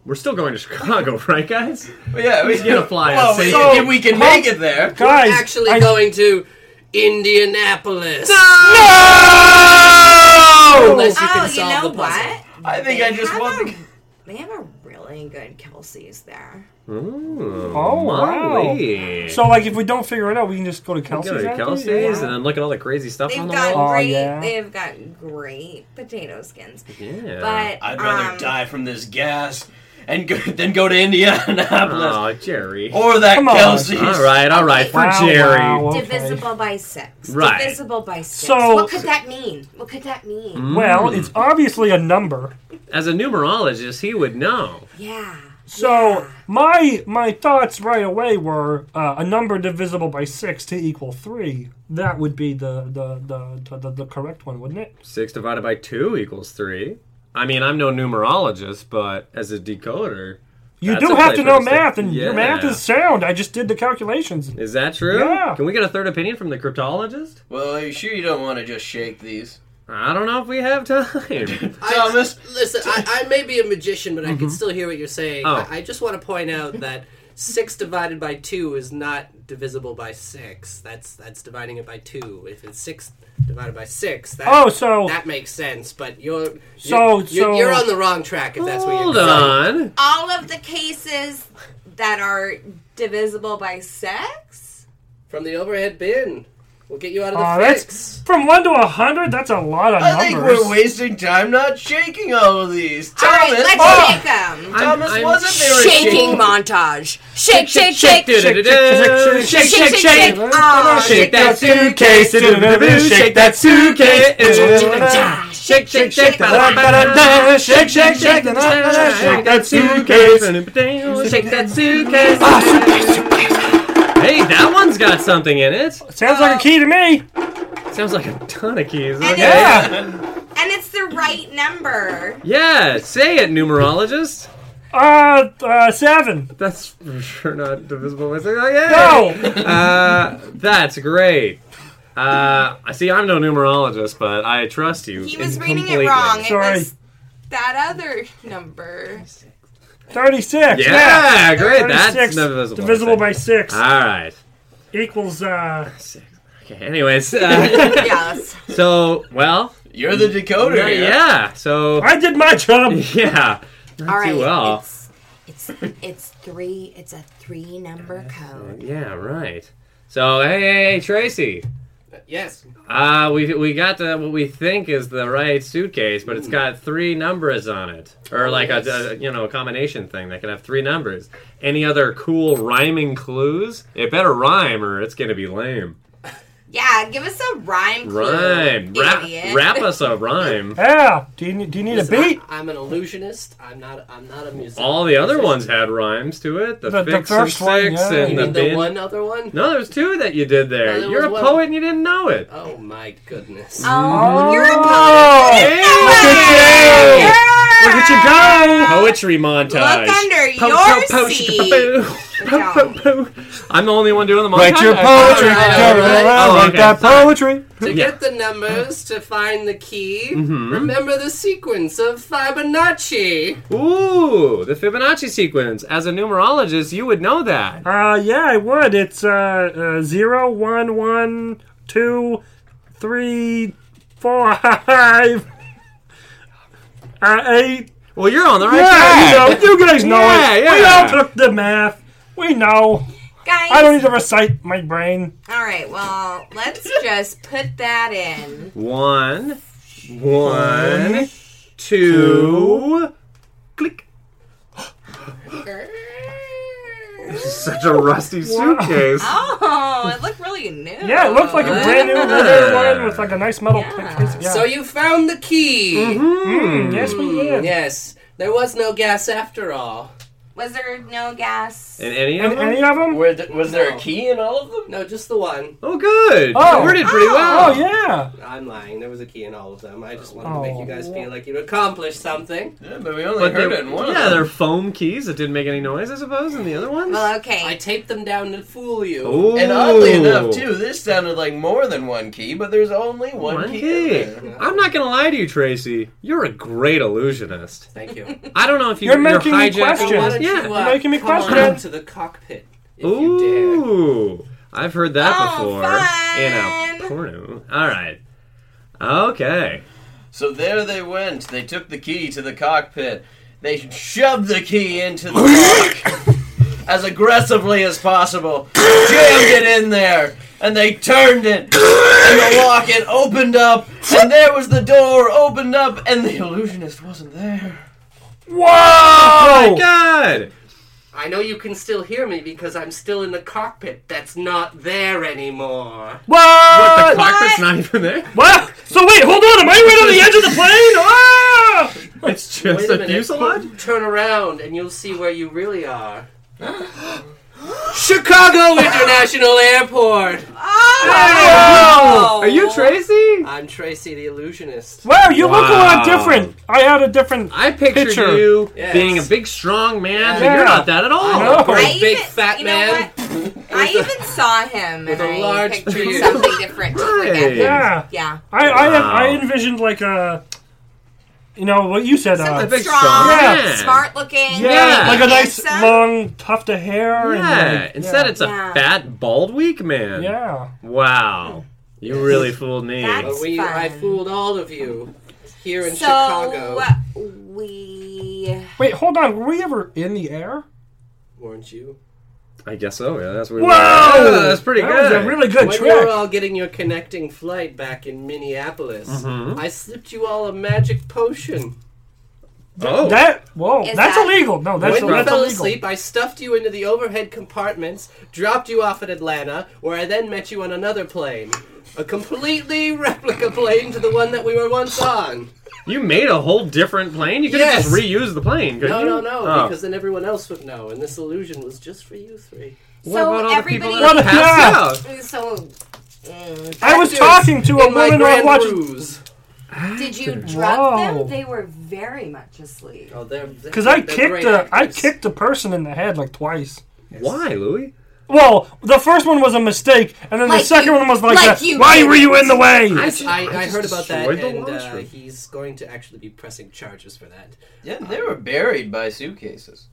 [SPEAKER 3] We're still going to Chicago, (laughs) right, guys?
[SPEAKER 4] But yeah, we
[SPEAKER 3] He's
[SPEAKER 4] (laughs)
[SPEAKER 3] gonna fly
[SPEAKER 4] Well,
[SPEAKER 3] us
[SPEAKER 4] we-
[SPEAKER 3] in.
[SPEAKER 4] if we can make it there.
[SPEAKER 6] guys,
[SPEAKER 1] Actually,
[SPEAKER 6] I-
[SPEAKER 1] going to Indianapolis.
[SPEAKER 6] No!
[SPEAKER 1] Unless you can
[SPEAKER 5] oh, you
[SPEAKER 1] solve
[SPEAKER 5] know
[SPEAKER 1] the puzzle.
[SPEAKER 5] what?
[SPEAKER 4] I think I just
[SPEAKER 5] have
[SPEAKER 4] won
[SPEAKER 5] a-
[SPEAKER 4] the.
[SPEAKER 5] They have a really good Kelsey's there.
[SPEAKER 3] Ooh,
[SPEAKER 6] Oh, wow.
[SPEAKER 3] Molly.
[SPEAKER 6] So like, if we don't figure it out, we can just go to
[SPEAKER 3] Go
[SPEAKER 6] Kelsey's.
[SPEAKER 3] to
[SPEAKER 6] after?
[SPEAKER 3] Kelsey's
[SPEAKER 6] Yeah.
[SPEAKER 3] and then look at all the crazy stuff
[SPEAKER 5] They've
[SPEAKER 3] on the
[SPEAKER 5] got
[SPEAKER 3] wall.
[SPEAKER 6] Oh,
[SPEAKER 5] great.
[SPEAKER 6] yeah.
[SPEAKER 5] They've got great potato skins.
[SPEAKER 6] Oh.
[SPEAKER 3] Yeah.
[SPEAKER 5] But
[SPEAKER 4] (laughs) I'd rather
[SPEAKER 5] um,
[SPEAKER 4] die from this gas and go, (laughs) than go to Indianapolis
[SPEAKER 3] oh, Jerry.
[SPEAKER 4] or that
[SPEAKER 6] Come on.
[SPEAKER 4] Kelsey's.
[SPEAKER 3] All right, all right, for
[SPEAKER 6] Wow,
[SPEAKER 3] Jerry.
[SPEAKER 6] wow, okay.
[SPEAKER 5] Divisible by six.
[SPEAKER 3] Right.
[SPEAKER 5] Divisible by six.
[SPEAKER 6] So- Hmm?
[SPEAKER 5] what could that mean? What could that mean?
[SPEAKER 6] Well, it's obviously a number.
[SPEAKER 3] As a numerologist, he would know.
[SPEAKER 5] Yeah.
[SPEAKER 6] So my my thoughts right away were uh, a number divisible by six to equal three. That would be the the the, the, the correct one, wouldn't it?
[SPEAKER 3] Six divided by two equals three. I mean, I'm no numerologist, but as a decoder,
[SPEAKER 6] You
[SPEAKER 3] That's
[SPEAKER 6] do
[SPEAKER 3] a
[SPEAKER 6] have
[SPEAKER 3] place
[SPEAKER 6] to
[SPEAKER 3] where
[SPEAKER 6] know
[SPEAKER 3] it's
[SPEAKER 6] math,
[SPEAKER 3] like-
[SPEAKER 6] and your math
[SPEAKER 3] Yeah.
[SPEAKER 6] is sound. I just did the calculations.
[SPEAKER 3] is that true?
[SPEAKER 6] Yeah.
[SPEAKER 3] Can we get a third opinion from the cryptologist?
[SPEAKER 4] Well, are you sure you don't want to just shake these?
[SPEAKER 3] I don't know if we have
[SPEAKER 5] (laughs)
[SPEAKER 3] time.
[SPEAKER 1] I-
[SPEAKER 4] Thomas?
[SPEAKER 1] listen, I, I may be a magician, but I can still hear what you're saying.
[SPEAKER 3] Mm-hmm. Oh.
[SPEAKER 1] I, I just want to point out that six divided by two is not divisible by six. That's that's dividing it by two. If it's six divided by six, that
[SPEAKER 6] Oh, so
[SPEAKER 1] that makes sense. But you're
[SPEAKER 6] So-
[SPEAKER 1] you're, you're,
[SPEAKER 6] so-
[SPEAKER 1] you're on the wrong track if that's what you're
[SPEAKER 3] Hold
[SPEAKER 1] saying.
[SPEAKER 3] on.
[SPEAKER 5] All of the cases that are divisible by six?
[SPEAKER 1] From the overhead bin, we'll get you out of the
[SPEAKER 6] Aw, that's-
[SPEAKER 1] fix.
[SPEAKER 6] from one to a hundred, that's a lot of
[SPEAKER 4] I think
[SPEAKER 6] numbers.
[SPEAKER 4] we're wasting time not shaking all of these.
[SPEAKER 5] All
[SPEAKER 4] Thomas,
[SPEAKER 5] right, let's
[SPEAKER 4] oh,
[SPEAKER 5] shake them.
[SPEAKER 3] I'm-
[SPEAKER 4] Thomas
[SPEAKER 3] I'm-
[SPEAKER 4] wasn't there
[SPEAKER 5] Shaking montage. Shake, shake, shake.
[SPEAKER 3] shake, shake, shake, shake, shake, shake, shake.
[SPEAKER 5] Aw,
[SPEAKER 3] Shake that suitcase, shake that suitcase, shake, shake, shake, shake, shake, shake, shake that suitcase, shake that suitcase. Ah, Hey, that one's got something in it.
[SPEAKER 6] Sounds like a key to me.
[SPEAKER 3] Sounds like a ton of keys.
[SPEAKER 5] And,
[SPEAKER 3] Okay.
[SPEAKER 5] it's,
[SPEAKER 6] Yeah.
[SPEAKER 5] and it's the right number.
[SPEAKER 3] Yeah, say it, numerologist.
[SPEAKER 6] Uh, uh, seven.
[SPEAKER 3] That's for sure not divisible. It's like, oh, yeah.
[SPEAKER 6] No.
[SPEAKER 3] Uh, that's great. Uh, I see. I'm no numerologist, but I trust you.
[SPEAKER 5] He was reading
[SPEAKER 3] completely.
[SPEAKER 5] it wrong. It
[SPEAKER 6] Sorry.
[SPEAKER 5] was that other number.
[SPEAKER 6] Thirty-six.
[SPEAKER 3] Yeah, great. That's
[SPEAKER 6] 36
[SPEAKER 3] divisible.
[SPEAKER 6] divisible by six
[SPEAKER 3] All right.
[SPEAKER 6] equals uh
[SPEAKER 3] Six. Okay. Anyways,
[SPEAKER 6] (laughs)
[SPEAKER 3] uh,
[SPEAKER 5] yes.
[SPEAKER 3] so well,
[SPEAKER 4] You're the decoder.
[SPEAKER 3] yeah.
[SPEAKER 4] here.
[SPEAKER 6] (laughs)
[SPEAKER 3] So
[SPEAKER 6] I did
[SPEAKER 3] (laughs)
[SPEAKER 6] my job.
[SPEAKER 3] yeah, not
[SPEAKER 5] All right.
[SPEAKER 3] too well.
[SPEAKER 5] It's, it's it's three. It's a three number code.
[SPEAKER 3] Yeah, right. So hey, hey, hey, Tracy.
[SPEAKER 1] Yes,
[SPEAKER 3] Uh, we we got the what we think is the right suitcase, but it's got three numbers on it, or
[SPEAKER 1] Oh,
[SPEAKER 3] like a, a you know a combination thing that can have three numbers. Any other cool rhyming clues? It better rhyme, or it's gonna be lame.
[SPEAKER 5] Yeah. Give us a rhyme. clue,
[SPEAKER 3] Rhyme, rap,
[SPEAKER 5] idiot.
[SPEAKER 3] rap us a rhyme.
[SPEAKER 6] Yeah. Do you need- do you need a
[SPEAKER 1] Listen,
[SPEAKER 6] beat?
[SPEAKER 1] I, am an illusionist. I'm not. I'm not a musician.
[SPEAKER 3] All the other ones had rhymes to it. The,
[SPEAKER 6] The- the
[SPEAKER 3] fix
[SPEAKER 6] first one,
[SPEAKER 3] and six
[SPEAKER 6] yeah.
[SPEAKER 1] You
[SPEAKER 3] and the,
[SPEAKER 1] mean the
[SPEAKER 3] bin.
[SPEAKER 1] one other one?
[SPEAKER 3] No, there's two that you did there.
[SPEAKER 1] Oh, there
[SPEAKER 3] You're a
[SPEAKER 1] was one.
[SPEAKER 3] poet and you didn't know it.
[SPEAKER 1] Oh my goodness.
[SPEAKER 5] Oh, you're a
[SPEAKER 6] Oh,
[SPEAKER 5] poet.
[SPEAKER 3] Hey, look at you!
[SPEAKER 5] Yes!
[SPEAKER 6] look at you go!
[SPEAKER 3] Poetry montage.
[SPEAKER 5] Look under your seat. Good job.
[SPEAKER 3] I'm the only one doing the montage.
[SPEAKER 2] Write your poetry,
[SPEAKER 1] right,
[SPEAKER 2] Carol.
[SPEAKER 1] all right.
[SPEAKER 3] Oh,
[SPEAKER 2] Write
[SPEAKER 3] okay.
[SPEAKER 2] that poetry.
[SPEAKER 1] To
[SPEAKER 3] Yeah.
[SPEAKER 1] get the numbers to find the key, remember the sequence of Fibonacci.
[SPEAKER 3] Ooh, the Fibonacci sequence. As a numerologist, you would know that.
[SPEAKER 6] Uh, yeah, I would. It's uh, uh, zero, one, one, two, three, four, (laughs) five, uh, eight.
[SPEAKER 3] Well, you're on the right
[SPEAKER 6] Yeah,
[SPEAKER 3] track.
[SPEAKER 6] you know, you guys know
[SPEAKER 3] Yeah,
[SPEAKER 6] it.
[SPEAKER 3] yeah.
[SPEAKER 6] We all took the math. We know.
[SPEAKER 5] Guys,
[SPEAKER 6] I don't need to recite my brain.
[SPEAKER 5] all right, well, let's just put that in.
[SPEAKER 3] One, one, two, click. (laughs) Such a rusty suitcase.
[SPEAKER 5] Oh, it looked really new.
[SPEAKER 6] Yeah, it looks like a brand new
[SPEAKER 3] Uh-huh.
[SPEAKER 6] leather one with like a nice metal
[SPEAKER 5] Yeah.
[SPEAKER 6] plate case. Yeah.
[SPEAKER 1] So you found the key.
[SPEAKER 3] Mm-hmm. Hmm.
[SPEAKER 1] Hmm,
[SPEAKER 6] Mm, yes, we did.
[SPEAKER 1] Yes, there was no gas after all.
[SPEAKER 5] Was there no gas?
[SPEAKER 3] And any of
[SPEAKER 6] And
[SPEAKER 3] them?
[SPEAKER 6] any of them?
[SPEAKER 4] Were th- was there a key in all of them?
[SPEAKER 1] No, just the one.
[SPEAKER 3] Oh, good.
[SPEAKER 6] Oh.
[SPEAKER 3] You worded pretty well.
[SPEAKER 6] Oh yeah.
[SPEAKER 1] I'm lying. There was a key in all of them. I just wanted to make you guys feel like you accomplished something.
[SPEAKER 4] Yeah, but we only
[SPEAKER 3] But
[SPEAKER 4] heard
[SPEAKER 3] they-
[SPEAKER 4] it in one.
[SPEAKER 3] yeah,
[SPEAKER 4] of them.
[SPEAKER 3] they're foam keys that didn't make any noise, I suppose, and the other ones.
[SPEAKER 5] Well,
[SPEAKER 1] I
[SPEAKER 5] okay.
[SPEAKER 1] taped them down to fool you.
[SPEAKER 3] Ooh.
[SPEAKER 4] And oddly enough, too, this sounded like more than one key, but there's only one,
[SPEAKER 3] One
[SPEAKER 4] key.
[SPEAKER 3] key.
[SPEAKER 4] in there.
[SPEAKER 3] I'm not gonna lie to you, Tracy. You're a great illusionist.
[SPEAKER 1] Thank you.
[SPEAKER 3] I don't know if you,
[SPEAKER 2] You're making me
[SPEAKER 3] hijacking-
[SPEAKER 2] question.
[SPEAKER 1] Why don't
[SPEAKER 3] Yeah.
[SPEAKER 1] you, uh,
[SPEAKER 6] You're making me
[SPEAKER 1] come on
[SPEAKER 6] question.
[SPEAKER 1] to the cockpit, if you dare.
[SPEAKER 3] Ooh, I've heard that
[SPEAKER 5] Oh,
[SPEAKER 3] before in a
[SPEAKER 5] fun.
[SPEAKER 3] porno. All right. Okay.
[SPEAKER 4] So there they went. They took the key to the cockpit. They shoved the key into the lock
[SPEAKER 3] (laughs)
[SPEAKER 4] as aggressively as possible, jammed it in there, and they turned it. And the lock it opened up, and there was the door opened up, and the illusionist wasn't there.
[SPEAKER 3] Oh
[SPEAKER 6] Whoa!
[SPEAKER 3] my god!
[SPEAKER 1] I know you can still hear me because I'm still in the cockpit. That's not there anymore.
[SPEAKER 3] What the
[SPEAKER 6] What?
[SPEAKER 3] cockpit's not even there.
[SPEAKER 6] What? So wait, hold on. Am I right on the edge of the plane? Ah!
[SPEAKER 3] It's just
[SPEAKER 1] Wait a
[SPEAKER 3] a,
[SPEAKER 1] minute.
[SPEAKER 3] fuselage.
[SPEAKER 1] Turn around and you'll see where you really are. Chicago International Airport.
[SPEAKER 3] Are you Tracy?
[SPEAKER 1] I'm Tracy the Illusionist.
[SPEAKER 6] Wow, you look a lot
[SPEAKER 3] Wow.
[SPEAKER 6] different. I had a different.
[SPEAKER 3] I pictured
[SPEAKER 6] Picture.
[SPEAKER 3] you
[SPEAKER 1] Yes.
[SPEAKER 3] being a big, strong man,
[SPEAKER 6] Yeah.
[SPEAKER 3] but you're not that at all.
[SPEAKER 6] know.
[SPEAKER 1] Great
[SPEAKER 5] I
[SPEAKER 1] big
[SPEAKER 5] even-
[SPEAKER 1] fat
[SPEAKER 5] you know
[SPEAKER 1] man.
[SPEAKER 5] what? I even saw him
[SPEAKER 1] With
[SPEAKER 5] and
[SPEAKER 1] a
[SPEAKER 5] I
[SPEAKER 1] large
[SPEAKER 5] pictured
[SPEAKER 1] beard.
[SPEAKER 5] something different. to look at.
[SPEAKER 3] Hey.
[SPEAKER 6] Yeah.
[SPEAKER 5] Yeah.
[SPEAKER 6] I I, had, I
[SPEAKER 3] Wow.
[SPEAKER 6] envisioned like a, you know what you said.
[SPEAKER 5] Something
[SPEAKER 3] a
[SPEAKER 6] Uh,
[SPEAKER 3] big,
[SPEAKER 5] strong,
[SPEAKER 3] strong man.
[SPEAKER 5] smart looking.
[SPEAKER 6] yeah,
[SPEAKER 3] Yeah.
[SPEAKER 6] like a nice
[SPEAKER 5] handsome.
[SPEAKER 6] long tuft of hair. And
[SPEAKER 3] Yeah.
[SPEAKER 6] like,
[SPEAKER 3] Instead, it's a
[SPEAKER 5] Yeah.
[SPEAKER 3] fat, bald, weak man.
[SPEAKER 6] yeah.
[SPEAKER 3] Wow. You really fooled me.
[SPEAKER 5] That's-
[SPEAKER 1] But we, I
[SPEAKER 5] fun.
[SPEAKER 1] fooled all of you here in
[SPEAKER 5] So uh,
[SPEAKER 1] Chicago.
[SPEAKER 5] we.
[SPEAKER 6] Wait, hold on. Were we ever in the air?
[SPEAKER 1] Weren't you?
[SPEAKER 3] I guess so. Yeah, that's weird.
[SPEAKER 6] Whoa!
[SPEAKER 3] Yeah, that's pretty
[SPEAKER 6] that
[SPEAKER 3] good.
[SPEAKER 6] was a really good
[SPEAKER 1] when
[SPEAKER 6] trick.
[SPEAKER 1] you were uh, all getting your connecting flight back in Minneapolis,
[SPEAKER 6] Mm-hmm.
[SPEAKER 1] I slipped you all a magic potion.
[SPEAKER 3] oh,
[SPEAKER 6] That whoa,
[SPEAKER 5] Is
[SPEAKER 6] that's
[SPEAKER 5] that-
[SPEAKER 6] illegal. No, that's
[SPEAKER 1] when you
[SPEAKER 6] that's
[SPEAKER 1] fell
[SPEAKER 6] illegal.
[SPEAKER 1] asleep, I stuffed you into the overhead compartments, dropped you off at Atlanta, where I then met you on another plane. A completely replica plane to the one that we were once on.
[SPEAKER 3] you made a whole different plane. You could
[SPEAKER 1] Yes.
[SPEAKER 3] have just reused the plane. couldn't
[SPEAKER 1] No,
[SPEAKER 3] you?
[SPEAKER 1] no, no,
[SPEAKER 6] Ah.
[SPEAKER 3] Oh.
[SPEAKER 1] because then everyone else would know, and this illusion was just for you three.
[SPEAKER 3] what about
[SPEAKER 5] so
[SPEAKER 3] all the people
[SPEAKER 5] everybody.
[SPEAKER 3] that
[SPEAKER 6] What a-
[SPEAKER 3] passed out?
[SPEAKER 5] so. mm,
[SPEAKER 6] I was
[SPEAKER 1] Dude,
[SPEAKER 6] talking to a
[SPEAKER 1] in my
[SPEAKER 6] woman while
[SPEAKER 1] grand
[SPEAKER 6] watching.
[SPEAKER 1] ruse.
[SPEAKER 5] Did you drug
[SPEAKER 6] Whoa.
[SPEAKER 5] them? They were very much asleep.
[SPEAKER 1] Oh, they're
[SPEAKER 6] Because I
[SPEAKER 1] they're
[SPEAKER 6] kicked
[SPEAKER 1] great
[SPEAKER 6] a, I
[SPEAKER 1] actors.
[SPEAKER 6] kicked a person in the head like twice.
[SPEAKER 3] Why, Louis?
[SPEAKER 6] Well, the first one was a mistake, and then
[SPEAKER 5] Like
[SPEAKER 6] the second
[SPEAKER 5] you-
[SPEAKER 6] one was like,
[SPEAKER 5] like
[SPEAKER 6] that.
[SPEAKER 5] you
[SPEAKER 6] "Why
[SPEAKER 5] did
[SPEAKER 6] were you in the way?"
[SPEAKER 1] Yes, I, I,
[SPEAKER 3] just
[SPEAKER 1] heard about that,
[SPEAKER 3] destroyed the
[SPEAKER 1] and uh,
[SPEAKER 3] washroom.
[SPEAKER 1] he's going to actually be pressing charges for that.
[SPEAKER 4] Yeah, they were buried by suitcases.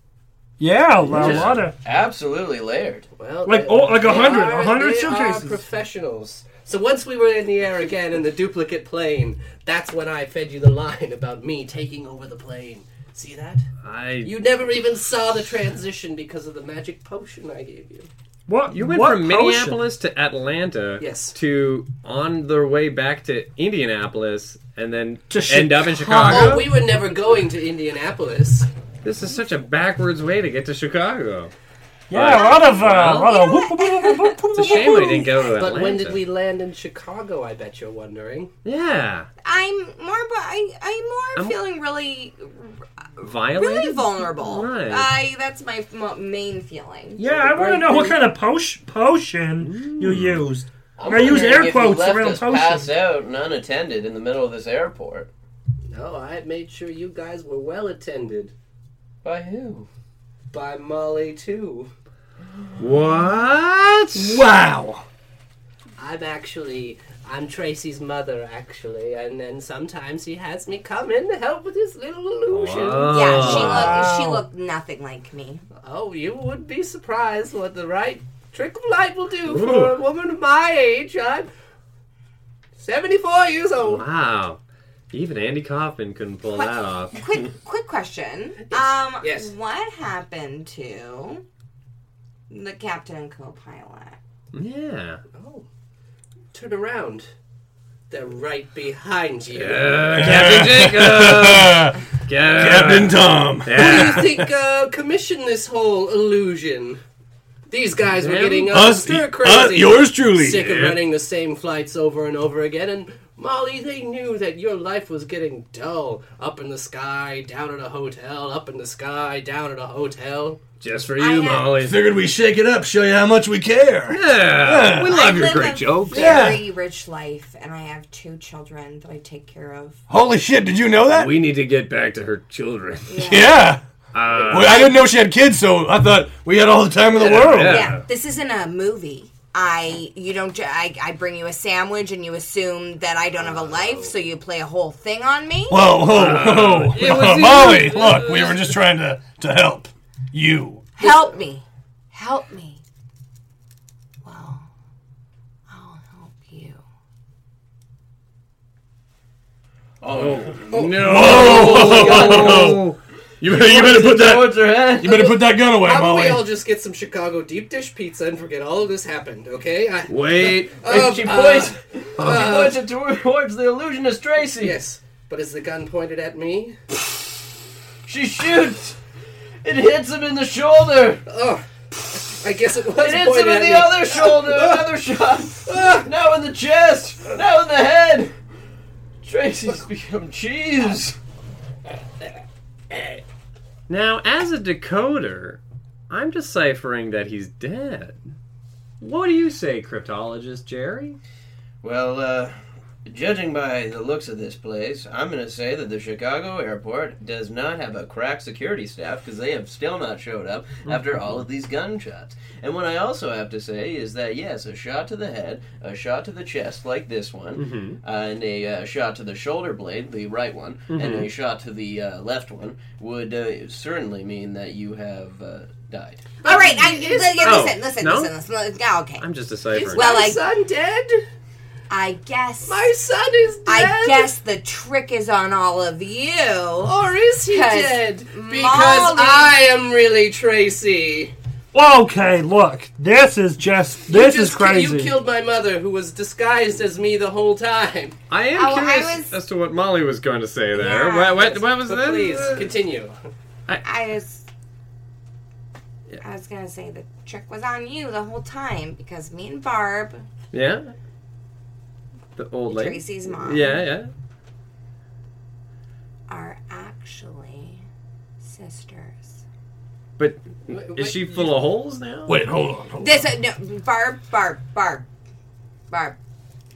[SPEAKER 6] yeah, a
[SPEAKER 4] Yes.
[SPEAKER 6] lot of.
[SPEAKER 4] Absolutely layered.
[SPEAKER 1] Well,
[SPEAKER 6] Like,
[SPEAKER 1] they-
[SPEAKER 6] oh, like a
[SPEAKER 1] they
[SPEAKER 6] hundred, a
[SPEAKER 1] are-
[SPEAKER 6] hundred
[SPEAKER 1] they are
[SPEAKER 6] suitcases.
[SPEAKER 1] professionals. So once we were in the air again in the duplicate plane, that's when I fed you the line about me taking over the plane. See that?
[SPEAKER 3] I
[SPEAKER 1] You never even saw the transition because of the magic potion I gave you.
[SPEAKER 6] What
[SPEAKER 3] You went
[SPEAKER 6] what
[SPEAKER 3] from
[SPEAKER 6] potion?
[SPEAKER 3] Minneapolis to Atlanta.
[SPEAKER 1] Yes.
[SPEAKER 3] To on their way back to Indianapolis and then
[SPEAKER 6] To
[SPEAKER 3] end up in Chicago.
[SPEAKER 6] Chicago.
[SPEAKER 1] Oh, we were never going to Indianapolis.
[SPEAKER 3] This is such a backwards way to get to Chicago.
[SPEAKER 6] Yeah, a lot of, uh, a
[SPEAKER 3] Well,
[SPEAKER 6] lot of. Whoop, whoop, whoop, whoop, whoop,
[SPEAKER 3] It's a
[SPEAKER 6] whoop,
[SPEAKER 3] shame we
[SPEAKER 6] whoop.
[SPEAKER 3] didn't go to Atlanta.
[SPEAKER 1] But when did we land in Chicago? I bet you're wondering.
[SPEAKER 3] Yeah.
[SPEAKER 5] I'm more, but I, I'm more
[SPEAKER 3] I'm-
[SPEAKER 5] feeling really,
[SPEAKER 3] Violated.
[SPEAKER 5] really vulnerable. Uh,
[SPEAKER 3] Right.
[SPEAKER 5] I that's my mo- main feeling.
[SPEAKER 6] Yeah, I want to know what kind of posh, potion you used.
[SPEAKER 4] I'm
[SPEAKER 6] I use
[SPEAKER 4] wondering
[SPEAKER 6] air
[SPEAKER 4] if you
[SPEAKER 6] quotes
[SPEAKER 4] left
[SPEAKER 6] around
[SPEAKER 4] us
[SPEAKER 6] potions.
[SPEAKER 4] pass out and unattended in the middle of this airport.
[SPEAKER 1] No, I made sure you guys were well attended
[SPEAKER 4] By who?
[SPEAKER 1] by Molly too.
[SPEAKER 3] What?
[SPEAKER 2] Wow.
[SPEAKER 1] I'm actually I'm Tracy's mother actually, and then sometimes he has me come in to help with his little illusion.
[SPEAKER 5] Yeah, she
[SPEAKER 3] Oh.
[SPEAKER 5] looked she looked nothing like me.
[SPEAKER 1] Oh, you would be surprised what the right trick of light will do for a woman of my age. I'm 74 years old.
[SPEAKER 3] Wow. Even Andy Kaufman couldn't pull that off.
[SPEAKER 5] Quick quick question. Um
[SPEAKER 1] Yes.
[SPEAKER 5] what happened to the captain and co-pilot?
[SPEAKER 2] (laughs)
[SPEAKER 3] Yeah.
[SPEAKER 1] Oh, turn around. They're right behind you.
[SPEAKER 3] Captain Jacob! Captain
[SPEAKER 2] Tom.
[SPEAKER 1] Who do you
[SPEAKER 3] Yeah.
[SPEAKER 1] think uh, commissioned this whole illusion? These guys were
[SPEAKER 3] Them?
[SPEAKER 1] getting uh,
[SPEAKER 2] Us-
[SPEAKER 1] stir
[SPEAKER 2] uh,
[SPEAKER 1] crazy.
[SPEAKER 2] yours truly.
[SPEAKER 1] Sick of
[SPEAKER 2] Yeah.
[SPEAKER 1] running the same flights over and over again. And Molly, they knew that your life was getting dull. Up in the sky, down at a hotel. Up in the sky, down at a hotel.
[SPEAKER 3] Just for
[SPEAKER 5] I
[SPEAKER 3] you,
[SPEAKER 5] know.
[SPEAKER 3] Molly.
[SPEAKER 2] Figured we shake it up, show you how much we care.
[SPEAKER 3] Yeah. We love your
[SPEAKER 5] live
[SPEAKER 3] great
[SPEAKER 5] a
[SPEAKER 3] jokes.
[SPEAKER 5] Very rich life, and I have two children that I take care of.
[SPEAKER 2] Holy shit! Did you know that?
[SPEAKER 3] We need to get back to her
[SPEAKER 5] (laughs)
[SPEAKER 3] children.
[SPEAKER 2] yeah.
[SPEAKER 3] Uh,
[SPEAKER 2] Well, I didn't know she had kids, so I thought we had all the time in the world.
[SPEAKER 3] yeah.
[SPEAKER 5] Yeah, this isn't a movie. I you don't ju- I, I bring you a sandwich and you assume that I don't have a life, so you play a whole thing on me.
[SPEAKER 2] Whoa,
[SPEAKER 6] Uh,
[SPEAKER 2] whoa, whoa. (laughs)
[SPEAKER 3] was-
[SPEAKER 2] Molly, look, we were just trying to, to help you.
[SPEAKER 5] Help me, help me. Well, I'll help you.
[SPEAKER 4] Oh,
[SPEAKER 3] Oh.
[SPEAKER 2] (laughs) You better, you better put that
[SPEAKER 4] towards her head.
[SPEAKER 2] you better put that gun away,
[SPEAKER 1] How about
[SPEAKER 2] Molly.
[SPEAKER 1] we all just get some Chicago deep dish pizza and forget all of this happened, okay? I,
[SPEAKER 3] Wait.
[SPEAKER 1] Um,
[SPEAKER 4] she
[SPEAKER 1] uh,
[SPEAKER 4] points. she points it towards the illusionist Tracy.
[SPEAKER 1] Yes, but is the gun pointed at me?
[SPEAKER 4] She shoots. It hits him in the shoulder.
[SPEAKER 1] Oh, I guess it was
[SPEAKER 4] It hits
[SPEAKER 1] pointed
[SPEAKER 4] him in
[SPEAKER 1] at
[SPEAKER 4] the
[SPEAKER 1] me.
[SPEAKER 4] other (laughs) shoulder. Another shot. Now in the chest. Now in the head. Tracy's become cheese.
[SPEAKER 3] Now, as a decoder, I'm deciphering that he's dead. What do you say, cryptologist Jerry?
[SPEAKER 4] Well, uh, judging by the looks of this place, I'm going to say that the Chicago airport does not have a crack security staff because they have still not showed up after all of these gunshots. And what I also have to say is that, yes, a shot to the head, a shot to the chest, like this one, uh, and a uh, shot to the shoulder blade, the right one, and a shot to the uh, left one, would uh, certainly mean that you have uh, died.
[SPEAKER 5] All right, I, li-
[SPEAKER 3] Oh,
[SPEAKER 5] listen, listen,
[SPEAKER 3] no?
[SPEAKER 5] listen, listen, listen. Yeah, okay.
[SPEAKER 3] I'm just
[SPEAKER 1] Is
[SPEAKER 3] deciphering.
[SPEAKER 5] Well,
[SPEAKER 1] my
[SPEAKER 5] I-
[SPEAKER 1] son dead?
[SPEAKER 5] I guess.
[SPEAKER 1] My son is dead.
[SPEAKER 5] I guess the trick is on all of you.
[SPEAKER 1] Or is he
[SPEAKER 5] 'Cause
[SPEAKER 1] dead? Because
[SPEAKER 5] Molly-
[SPEAKER 1] I am really Tracy.
[SPEAKER 6] Okay, look, this is just
[SPEAKER 1] You
[SPEAKER 6] this is
[SPEAKER 1] just ki-
[SPEAKER 6] crazy.
[SPEAKER 1] You killed my mother, who was disguised as me the whole time.
[SPEAKER 3] I am
[SPEAKER 5] Oh, I
[SPEAKER 3] curious
[SPEAKER 5] was-
[SPEAKER 3] as to what Molly was going to say there.
[SPEAKER 5] Yeah.
[SPEAKER 3] What, what, what was
[SPEAKER 1] But
[SPEAKER 3] that?
[SPEAKER 1] please
[SPEAKER 3] Uh,
[SPEAKER 1] continue.
[SPEAKER 5] I was. I was gonna say the trick was on you the whole time because me and Barb,
[SPEAKER 3] Yeah. The old lady.
[SPEAKER 5] Tracy's mom,
[SPEAKER 3] Yeah, yeah.
[SPEAKER 5] are actually sisters.
[SPEAKER 3] But
[SPEAKER 1] Wait,
[SPEAKER 3] is she
[SPEAKER 1] wait,
[SPEAKER 3] full of holes now?
[SPEAKER 2] Wait, hold on. Hold on.
[SPEAKER 5] This uh, no Barb, Barb, Barb, Barb.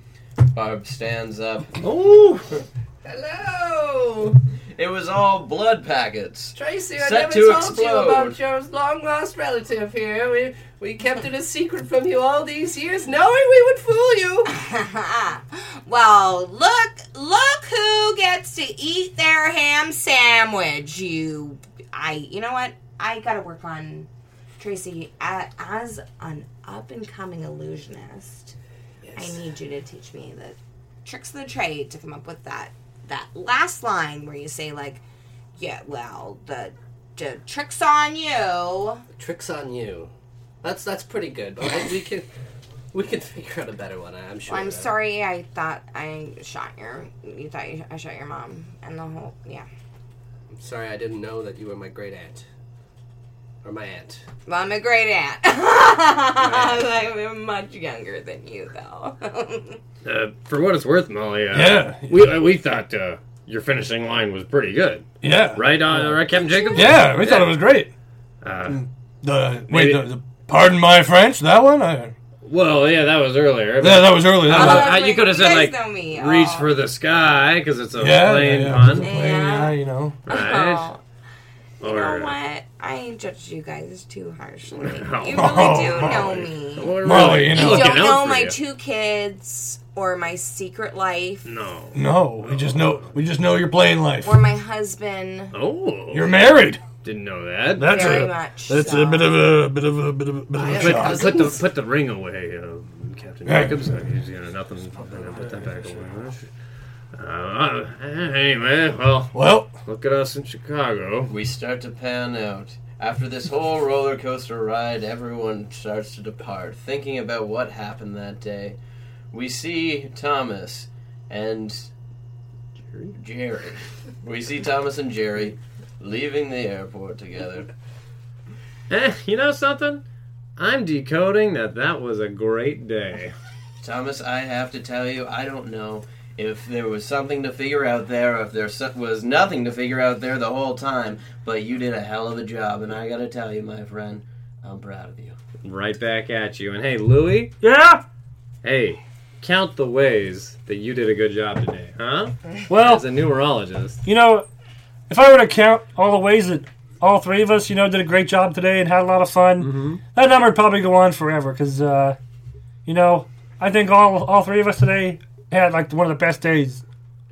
[SPEAKER 5] (laughs)
[SPEAKER 4] Barb stands up.
[SPEAKER 3] Oh,
[SPEAKER 1] Hello,
[SPEAKER 4] It was all blood packets.
[SPEAKER 1] Tracy. I
[SPEAKER 4] Set
[SPEAKER 1] never
[SPEAKER 4] to
[SPEAKER 1] told
[SPEAKER 4] explode.
[SPEAKER 1] you about your long lost relative here. We we kept it a secret from you all these years, knowing we would fool you.
[SPEAKER 5] well, look, look who gets to eat their ham sandwich. You, I, you know what? I gotta work on Tracy a- as an up and coming illusionist. I need you to teach me the tricks of the trade to come up with that that last line where you say like, yeah, well, the the tricks on you.
[SPEAKER 1] Tricks on you. That's that's pretty good. But I- we can we can figure out a better one. I'm sure.
[SPEAKER 5] I'm
[SPEAKER 1] of.
[SPEAKER 5] sorry. I thought I shot your. You thought you, I shot your mom, and the whole yeah.
[SPEAKER 1] I'm sorry. I didn't know that you were my great aunt or my aunt.
[SPEAKER 5] Well, I'm a great aunt. (laughs) I'm much younger than you, though. (laughs)
[SPEAKER 3] uh, for what it's worth, Molly. Uh,
[SPEAKER 2] Yeah.
[SPEAKER 3] We uh, we thought uh, your finishing line was pretty good,
[SPEAKER 2] Yeah.
[SPEAKER 3] right? Uh, right, Captain Jacob.
[SPEAKER 2] Yeah, we thought it was great.
[SPEAKER 3] Uh,
[SPEAKER 2] The
[SPEAKER 3] Maybe-
[SPEAKER 2] wait, the, the pardon my French, that one? I,
[SPEAKER 3] Well, yeah, that was earlier.
[SPEAKER 2] Yeah, that was early. That was
[SPEAKER 3] Uh, you could have said, like, Reach
[SPEAKER 5] Oh,
[SPEAKER 3] for the sky because it's a
[SPEAKER 2] yeah,
[SPEAKER 3] plain
[SPEAKER 2] yeah,
[SPEAKER 3] pun,
[SPEAKER 5] Yeah.
[SPEAKER 2] yeah, you know.
[SPEAKER 3] right?
[SPEAKER 5] Oh. You
[SPEAKER 3] Or- (laughs)
[SPEAKER 5] know what? I judged you guys too harshly. You
[SPEAKER 3] No. (laughs)
[SPEAKER 5] really
[SPEAKER 3] Oh,
[SPEAKER 5] do know me.
[SPEAKER 3] Well, we're
[SPEAKER 2] Molly,
[SPEAKER 3] really
[SPEAKER 2] you know.
[SPEAKER 5] You
[SPEAKER 2] Looking
[SPEAKER 5] don't
[SPEAKER 3] out
[SPEAKER 5] know
[SPEAKER 3] for
[SPEAKER 5] my
[SPEAKER 3] you.
[SPEAKER 5] two kids or my secret life
[SPEAKER 3] No.
[SPEAKER 2] No, we just know. We just know you're playing life.
[SPEAKER 5] or my husband
[SPEAKER 3] Oh,
[SPEAKER 2] You're married.
[SPEAKER 3] didn't know that.
[SPEAKER 2] That's
[SPEAKER 5] very
[SPEAKER 2] a.
[SPEAKER 5] much.
[SPEAKER 2] That's
[SPEAKER 5] so.
[SPEAKER 2] a bit of a bit of a bit of a bit of a
[SPEAKER 3] Put,
[SPEAKER 2] shock.
[SPEAKER 3] put the put the ring away, um, Captain Jacobs. He's you know nothing. you know, Put that back away. huh? Uh, anyway, well,
[SPEAKER 2] Well,
[SPEAKER 3] look at us in Chicago.
[SPEAKER 4] We start to pan out. After this whole roller coaster ride, everyone starts to depart, thinking about what happened that day. We see Thomas and Jerry. We see Thomas and Jerry leaving the airport together.
[SPEAKER 3] Eh, you know something? I'm decoding that that was a great day.
[SPEAKER 4] Thomas, I have to tell you, I don't know if there was something to figure out there, or if there so- was nothing to figure out there the whole time, but you did a hell of a job, and I gotta tell you, my friend, I'm proud of you.
[SPEAKER 3] Right back at you. And hey, Louie,
[SPEAKER 6] Yeah.
[SPEAKER 3] hey, count the ways that you did a good job today, huh?
[SPEAKER 6] Well,
[SPEAKER 3] As a numerologist.
[SPEAKER 6] you know, if I were to count all the ways that all three of us, you know, did a great job today and had a lot of fun, that number would probably go on forever because, uh, you know, I think all all three of us today had like one of the best days.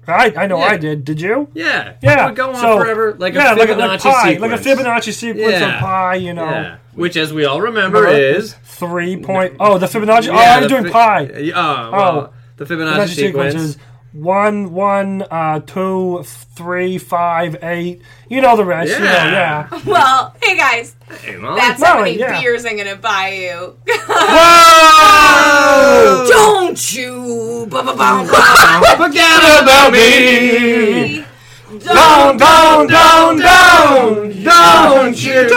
[SPEAKER 6] I I know
[SPEAKER 3] Yeah.
[SPEAKER 6] I did. Did you?
[SPEAKER 3] Yeah.
[SPEAKER 6] Yeah.
[SPEAKER 3] It would go on
[SPEAKER 6] so-
[SPEAKER 3] forever like
[SPEAKER 6] yeah,
[SPEAKER 3] a
[SPEAKER 6] like
[SPEAKER 3] Fibonacci
[SPEAKER 6] like pi,
[SPEAKER 3] sequence.
[SPEAKER 6] like a Fibonacci sequence
[SPEAKER 3] Yeah.
[SPEAKER 6] of pi. You know.
[SPEAKER 3] Yeah. Which, as we all remember,
[SPEAKER 6] Remember?
[SPEAKER 3] is
[SPEAKER 6] Three point. Oh, the Fibonacci.
[SPEAKER 3] Yeah,
[SPEAKER 6] oh, I
[SPEAKER 3] the
[SPEAKER 6] was doing
[SPEAKER 3] fi-
[SPEAKER 6] pi.
[SPEAKER 3] Yeah, well,
[SPEAKER 6] Oh.
[SPEAKER 3] the Fibonacci,
[SPEAKER 6] Fibonacci
[SPEAKER 3] sequence.
[SPEAKER 6] sequences. One, one, uh, two, f- three, five, eight. You know the rest. You know,
[SPEAKER 3] Yeah.
[SPEAKER 6] yeah.
[SPEAKER 5] (laughs) Well, hey guys,
[SPEAKER 3] Hey,
[SPEAKER 2] Oh,
[SPEAKER 3] Molly.
[SPEAKER 5] that's how
[SPEAKER 6] Molly,
[SPEAKER 5] many
[SPEAKER 6] yeah.
[SPEAKER 5] beers I'm gonna buy you.
[SPEAKER 2] (laughs)
[SPEAKER 5] (laughs)
[SPEAKER 3] Whoa!
[SPEAKER 5] Don't you? Ba-ba-bum,
[SPEAKER 3] Oh! Forget
[SPEAKER 2] Mm-hmm.
[SPEAKER 3] about me.
[SPEAKER 5] ba-bee.
[SPEAKER 2] (laughs)
[SPEAKER 5] Don't
[SPEAKER 2] down, down,
[SPEAKER 3] down,
[SPEAKER 2] don't
[SPEAKER 3] Forget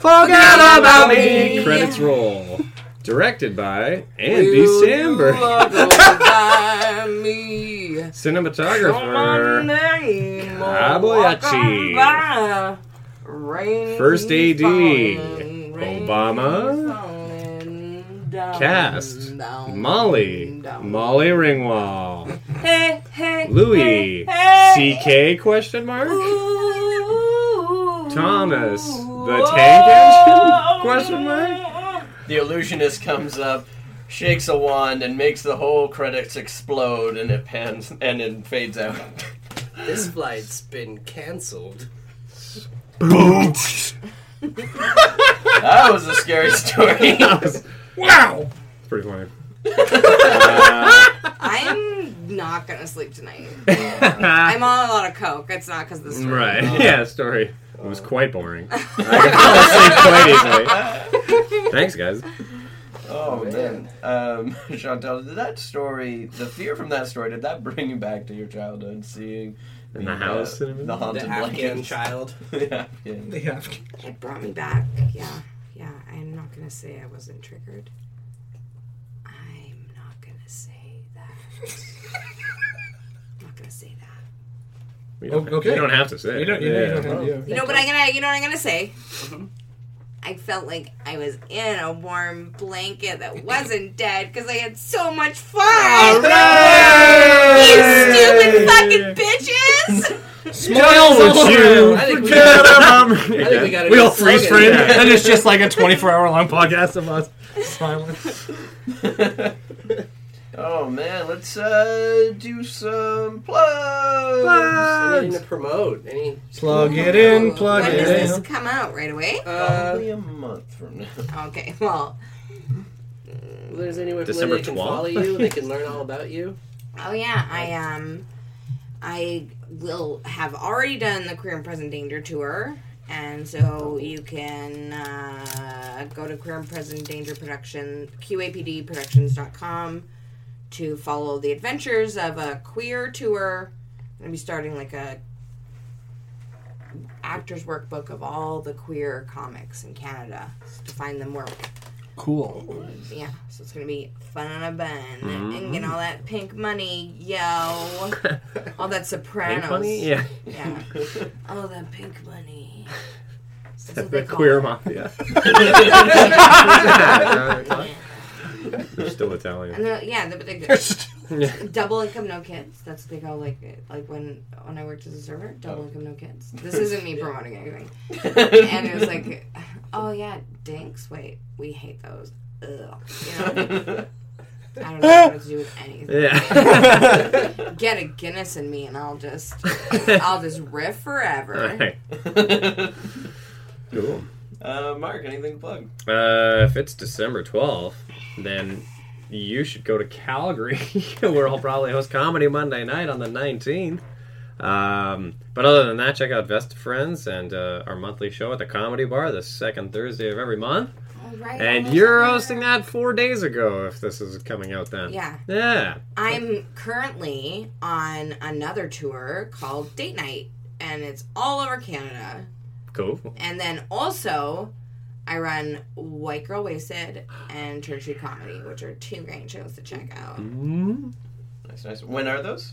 [SPEAKER 5] about me.
[SPEAKER 3] Credits roll. Directed by Andy
[SPEAKER 5] you
[SPEAKER 3] Samberg.
[SPEAKER 5] go by me.
[SPEAKER 3] Cinematographer. Kobayashi.
[SPEAKER 5] Kobayashi. Rain
[SPEAKER 3] First AD.
[SPEAKER 5] falling, rain
[SPEAKER 3] Obama.
[SPEAKER 5] falling down,
[SPEAKER 3] Cast.
[SPEAKER 5] down,
[SPEAKER 3] Molly.
[SPEAKER 5] down.
[SPEAKER 3] Molly Ringwald.
[SPEAKER 5] Hey, hey,
[SPEAKER 3] Louis.
[SPEAKER 5] hey, hey.
[SPEAKER 3] CK question mark?
[SPEAKER 5] Ooh.
[SPEAKER 3] Thomas. The tank engine? question mark?
[SPEAKER 4] The illusionist comes up, shakes a wand, and makes the whole credits explode, and it pans and it fades out.
[SPEAKER 1] This flight's been cancelled.
[SPEAKER 4] that was a scary
[SPEAKER 3] (laughs)
[SPEAKER 4] story.
[SPEAKER 2] Wow.
[SPEAKER 3] It's pretty funny.
[SPEAKER 5] I'm not gonna
[SPEAKER 2] (laughs)
[SPEAKER 5] sleep tonight. I'm on a lot of coke. It's not because this.
[SPEAKER 3] Right. (laughs) yeah, story. It was
[SPEAKER 2] (laughs)
[SPEAKER 3] quite boring. (laughs) I could fall asleep quite easily. Thanks, guys.
[SPEAKER 4] oh man, um, (laughs) Chantel, did that story, the fear from that story, did that bring you back to your childhood, seeing
[SPEAKER 3] In the house
[SPEAKER 4] uh,
[SPEAKER 3] and everything?
[SPEAKER 4] the
[SPEAKER 1] The
[SPEAKER 4] haunted
[SPEAKER 1] Afghan
[SPEAKER 4] blankets?
[SPEAKER 1] child.
[SPEAKER 4] (laughs) The Afghan.
[SPEAKER 5] It brought me back. Yeah, yeah. I'm not gonna say I wasn't triggered. I'm not gonna say that. I'm not gonna say that.
[SPEAKER 3] We don't,
[SPEAKER 2] okay.
[SPEAKER 3] you don't have to say.
[SPEAKER 2] You don't. You
[SPEAKER 3] it.
[SPEAKER 2] know,
[SPEAKER 3] Yeah.
[SPEAKER 2] you don't have-
[SPEAKER 5] You know, what I'm gonna. You know what I'm gonna say. I felt like I was in a warm blanket that wasn't dead because I had so much fun.
[SPEAKER 3] Oh,
[SPEAKER 5] You stupid fucking bitches!
[SPEAKER 2] Don't you
[SPEAKER 1] I think we
[SPEAKER 2] forget
[SPEAKER 1] got- I
[SPEAKER 2] about
[SPEAKER 1] think we got a
[SPEAKER 2] We all
[SPEAKER 1] good
[SPEAKER 2] freeze
[SPEAKER 1] slogan.
[SPEAKER 2] frame, (laughs) and it's just like a 24 hour long podcast of us smiling.
[SPEAKER 1] (laughs)
[SPEAKER 4] (laughs) Oh man, let's uh, do some plugs.
[SPEAKER 1] Anything to promote? Any?
[SPEAKER 2] Plug it in, plug
[SPEAKER 5] When does
[SPEAKER 2] it
[SPEAKER 5] this
[SPEAKER 2] in.
[SPEAKER 5] come out? Right away?
[SPEAKER 1] Uh,
[SPEAKER 4] Probably a month from now.
[SPEAKER 5] Okay, well,
[SPEAKER 1] Well, There's anywhere
[SPEAKER 3] December
[SPEAKER 1] where they can
[SPEAKER 3] 12th?
[SPEAKER 1] follow you. They can learn all about you.
[SPEAKER 5] oh yeah, I um, I will have already done the Queer and Present Danger tour, and so you can uh, go to Queer and Present Danger Production QAPDProductions.com to follow the adventures of a queer tour. I'm gonna be starting like a actors workbook of all the queer comics in Canada to find them work.
[SPEAKER 2] Cool.
[SPEAKER 5] Yeah, so it's gonna be fun on a bun and
[SPEAKER 3] Mm-hmm.
[SPEAKER 5] get all that pink money, yo,
[SPEAKER 2] (laughs)
[SPEAKER 5] all that Sopranos.
[SPEAKER 3] Funny? Yeah.
[SPEAKER 5] yeah, all that pink money. That's what
[SPEAKER 3] The
[SPEAKER 2] (laughs)
[SPEAKER 5] they call
[SPEAKER 3] queer
[SPEAKER 5] it.
[SPEAKER 3] mafia. You're still Italian.
[SPEAKER 5] (laughs) And they're, yeah, they're, they double income, no kids. That's what they call like like when when I worked as a server, double
[SPEAKER 3] Oh.
[SPEAKER 5] income, no kids. This
[SPEAKER 3] (laughs)
[SPEAKER 5] isn't me promoting anything. and it was like, oh yeah, dinks. Wait, we hate those. Ugh. You know,
[SPEAKER 4] (laughs)
[SPEAKER 5] like, I don't know what to do with anything.
[SPEAKER 3] Yeah. (laughs)
[SPEAKER 5] Get a Guinness in me, and I'll just I'll just riff forever.
[SPEAKER 3] Alright. Cool.
[SPEAKER 4] Uh, Mark, anything to plug?
[SPEAKER 3] Uh, if it's December 12th, then you should go to Calgary, (laughs) where I'll probably host Comedy Monday night on the 19th. Um, but other than that, check out Vesta Friends and uh, our monthly show at the Comedy Bar the second Thursday of every month.
[SPEAKER 5] All right,
[SPEAKER 3] And
[SPEAKER 5] almost
[SPEAKER 3] you're
[SPEAKER 5] there.
[SPEAKER 3] hosting that four days ago, if this is coming out then.
[SPEAKER 5] Yeah.
[SPEAKER 3] Yeah.
[SPEAKER 5] I'm currently on another tour called Date Night, and it's all over Canada.
[SPEAKER 3] Cool.
[SPEAKER 5] And then also, I run White Girl Wasted and Church Street Comedy, which are two great shows to check out.
[SPEAKER 4] Nice, nice. When are those?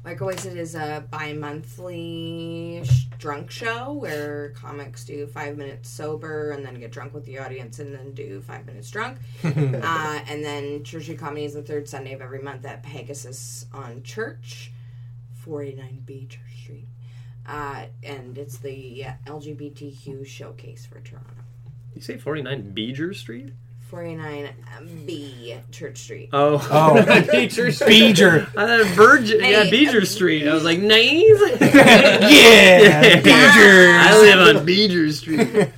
[SPEAKER 5] White Girl Wasted is a bi monthly sh- drunk show where comics do five minutes sober and then get drunk with the audience and then do five minutes drunk. uh, and then Church Street Comedy is the third Sunday of every month at Pegasus on Church, 489B Church Street. Uh, and it's the uh, LGBTQ showcase for Toronto.
[SPEAKER 3] You say 49 Beeger Street?
[SPEAKER 5] 49B Church Street.
[SPEAKER 3] Oh. (laughs)
[SPEAKER 2] Oh. (laughs)
[SPEAKER 3] Beeger Street.
[SPEAKER 2] Beeger.
[SPEAKER 3] I thought Virgin. Yeah,
[SPEAKER 5] Hey.
[SPEAKER 3] Beeger Street. I was like, nice.
[SPEAKER 2] (laughs) yeah.
[SPEAKER 3] I live on Beeger Street.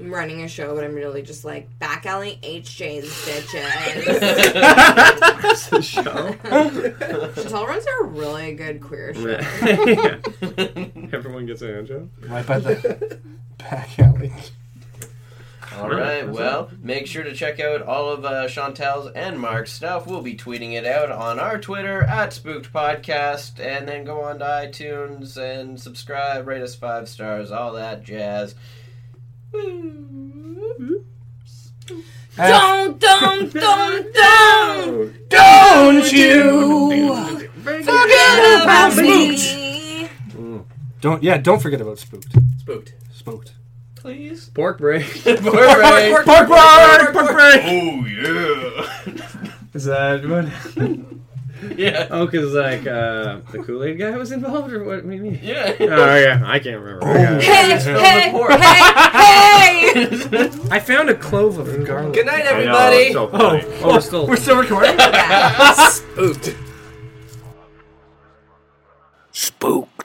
[SPEAKER 5] I'm running a show, but I'm really just like back alley HJ's bitches.
[SPEAKER 3] That's the show.
[SPEAKER 5] Chantal runs a really good queer show.
[SPEAKER 3] Yeah.
[SPEAKER 2] (laughs)
[SPEAKER 3] Everyone gets a hand job.
[SPEAKER 2] Right by the back alley.
[SPEAKER 4] All
[SPEAKER 3] Really?
[SPEAKER 4] right.
[SPEAKER 3] That's
[SPEAKER 4] Well, make sure to check out all of uh, Chantal's and Mark's stuff. We'll be tweeting it out on our Twitter at Spooked Podcast, and then go on to iTunes and subscribe, rate us five stars, all that jazz. Woo.
[SPEAKER 5] Dum dum dum dum.
[SPEAKER 2] Don't you
[SPEAKER 5] Forget about
[SPEAKER 2] Spooked.
[SPEAKER 5] me.
[SPEAKER 2] Don't yeah, don't forget about spooked.
[SPEAKER 1] Spooked.
[SPEAKER 2] Spooked.
[SPEAKER 4] Please.
[SPEAKER 3] Pork break. (laughs)
[SPEAKER 4] Alright.
[SPEAKER 2] Pork bark! Pork bark!
[SPEAKER 4] Oh yeah.
[SPEAKER 3] (laughs) Is that what happened?
[SPEAKER 4] (laughs) yeah.
[SPEAKER 3] Oh, because like uh, the Kool Aid guy was involved, or what? what do you mean?
[SPEAKER 4] Yeah.
[SPEAKER 3] Oh yeah, I can't remember. I got it.
[SPEAKER 5] Hey hey
[SPEAKER 4] pork.
[SPEAKER 5] hey hey.
[SPEAKER 2] I found a clove of garlic.
[SPEAKER 1] Good night,
[SPEAKER 3] I know,
[SPEAKER 1] everybody.
[SPEAKER 3] it's so
[SPEAKER 2] Oh,
[SPEAKER 3] funny.
[SPEAKER 2] oh,
[SPEAKER 3] we're still
[SPEAKER 2] we're still
[SPEAKER 1] (laughs)
[SPEAKER 2] recording.
[SPEAKER 1] Spooked.
[SPEAKER 2] Spooked.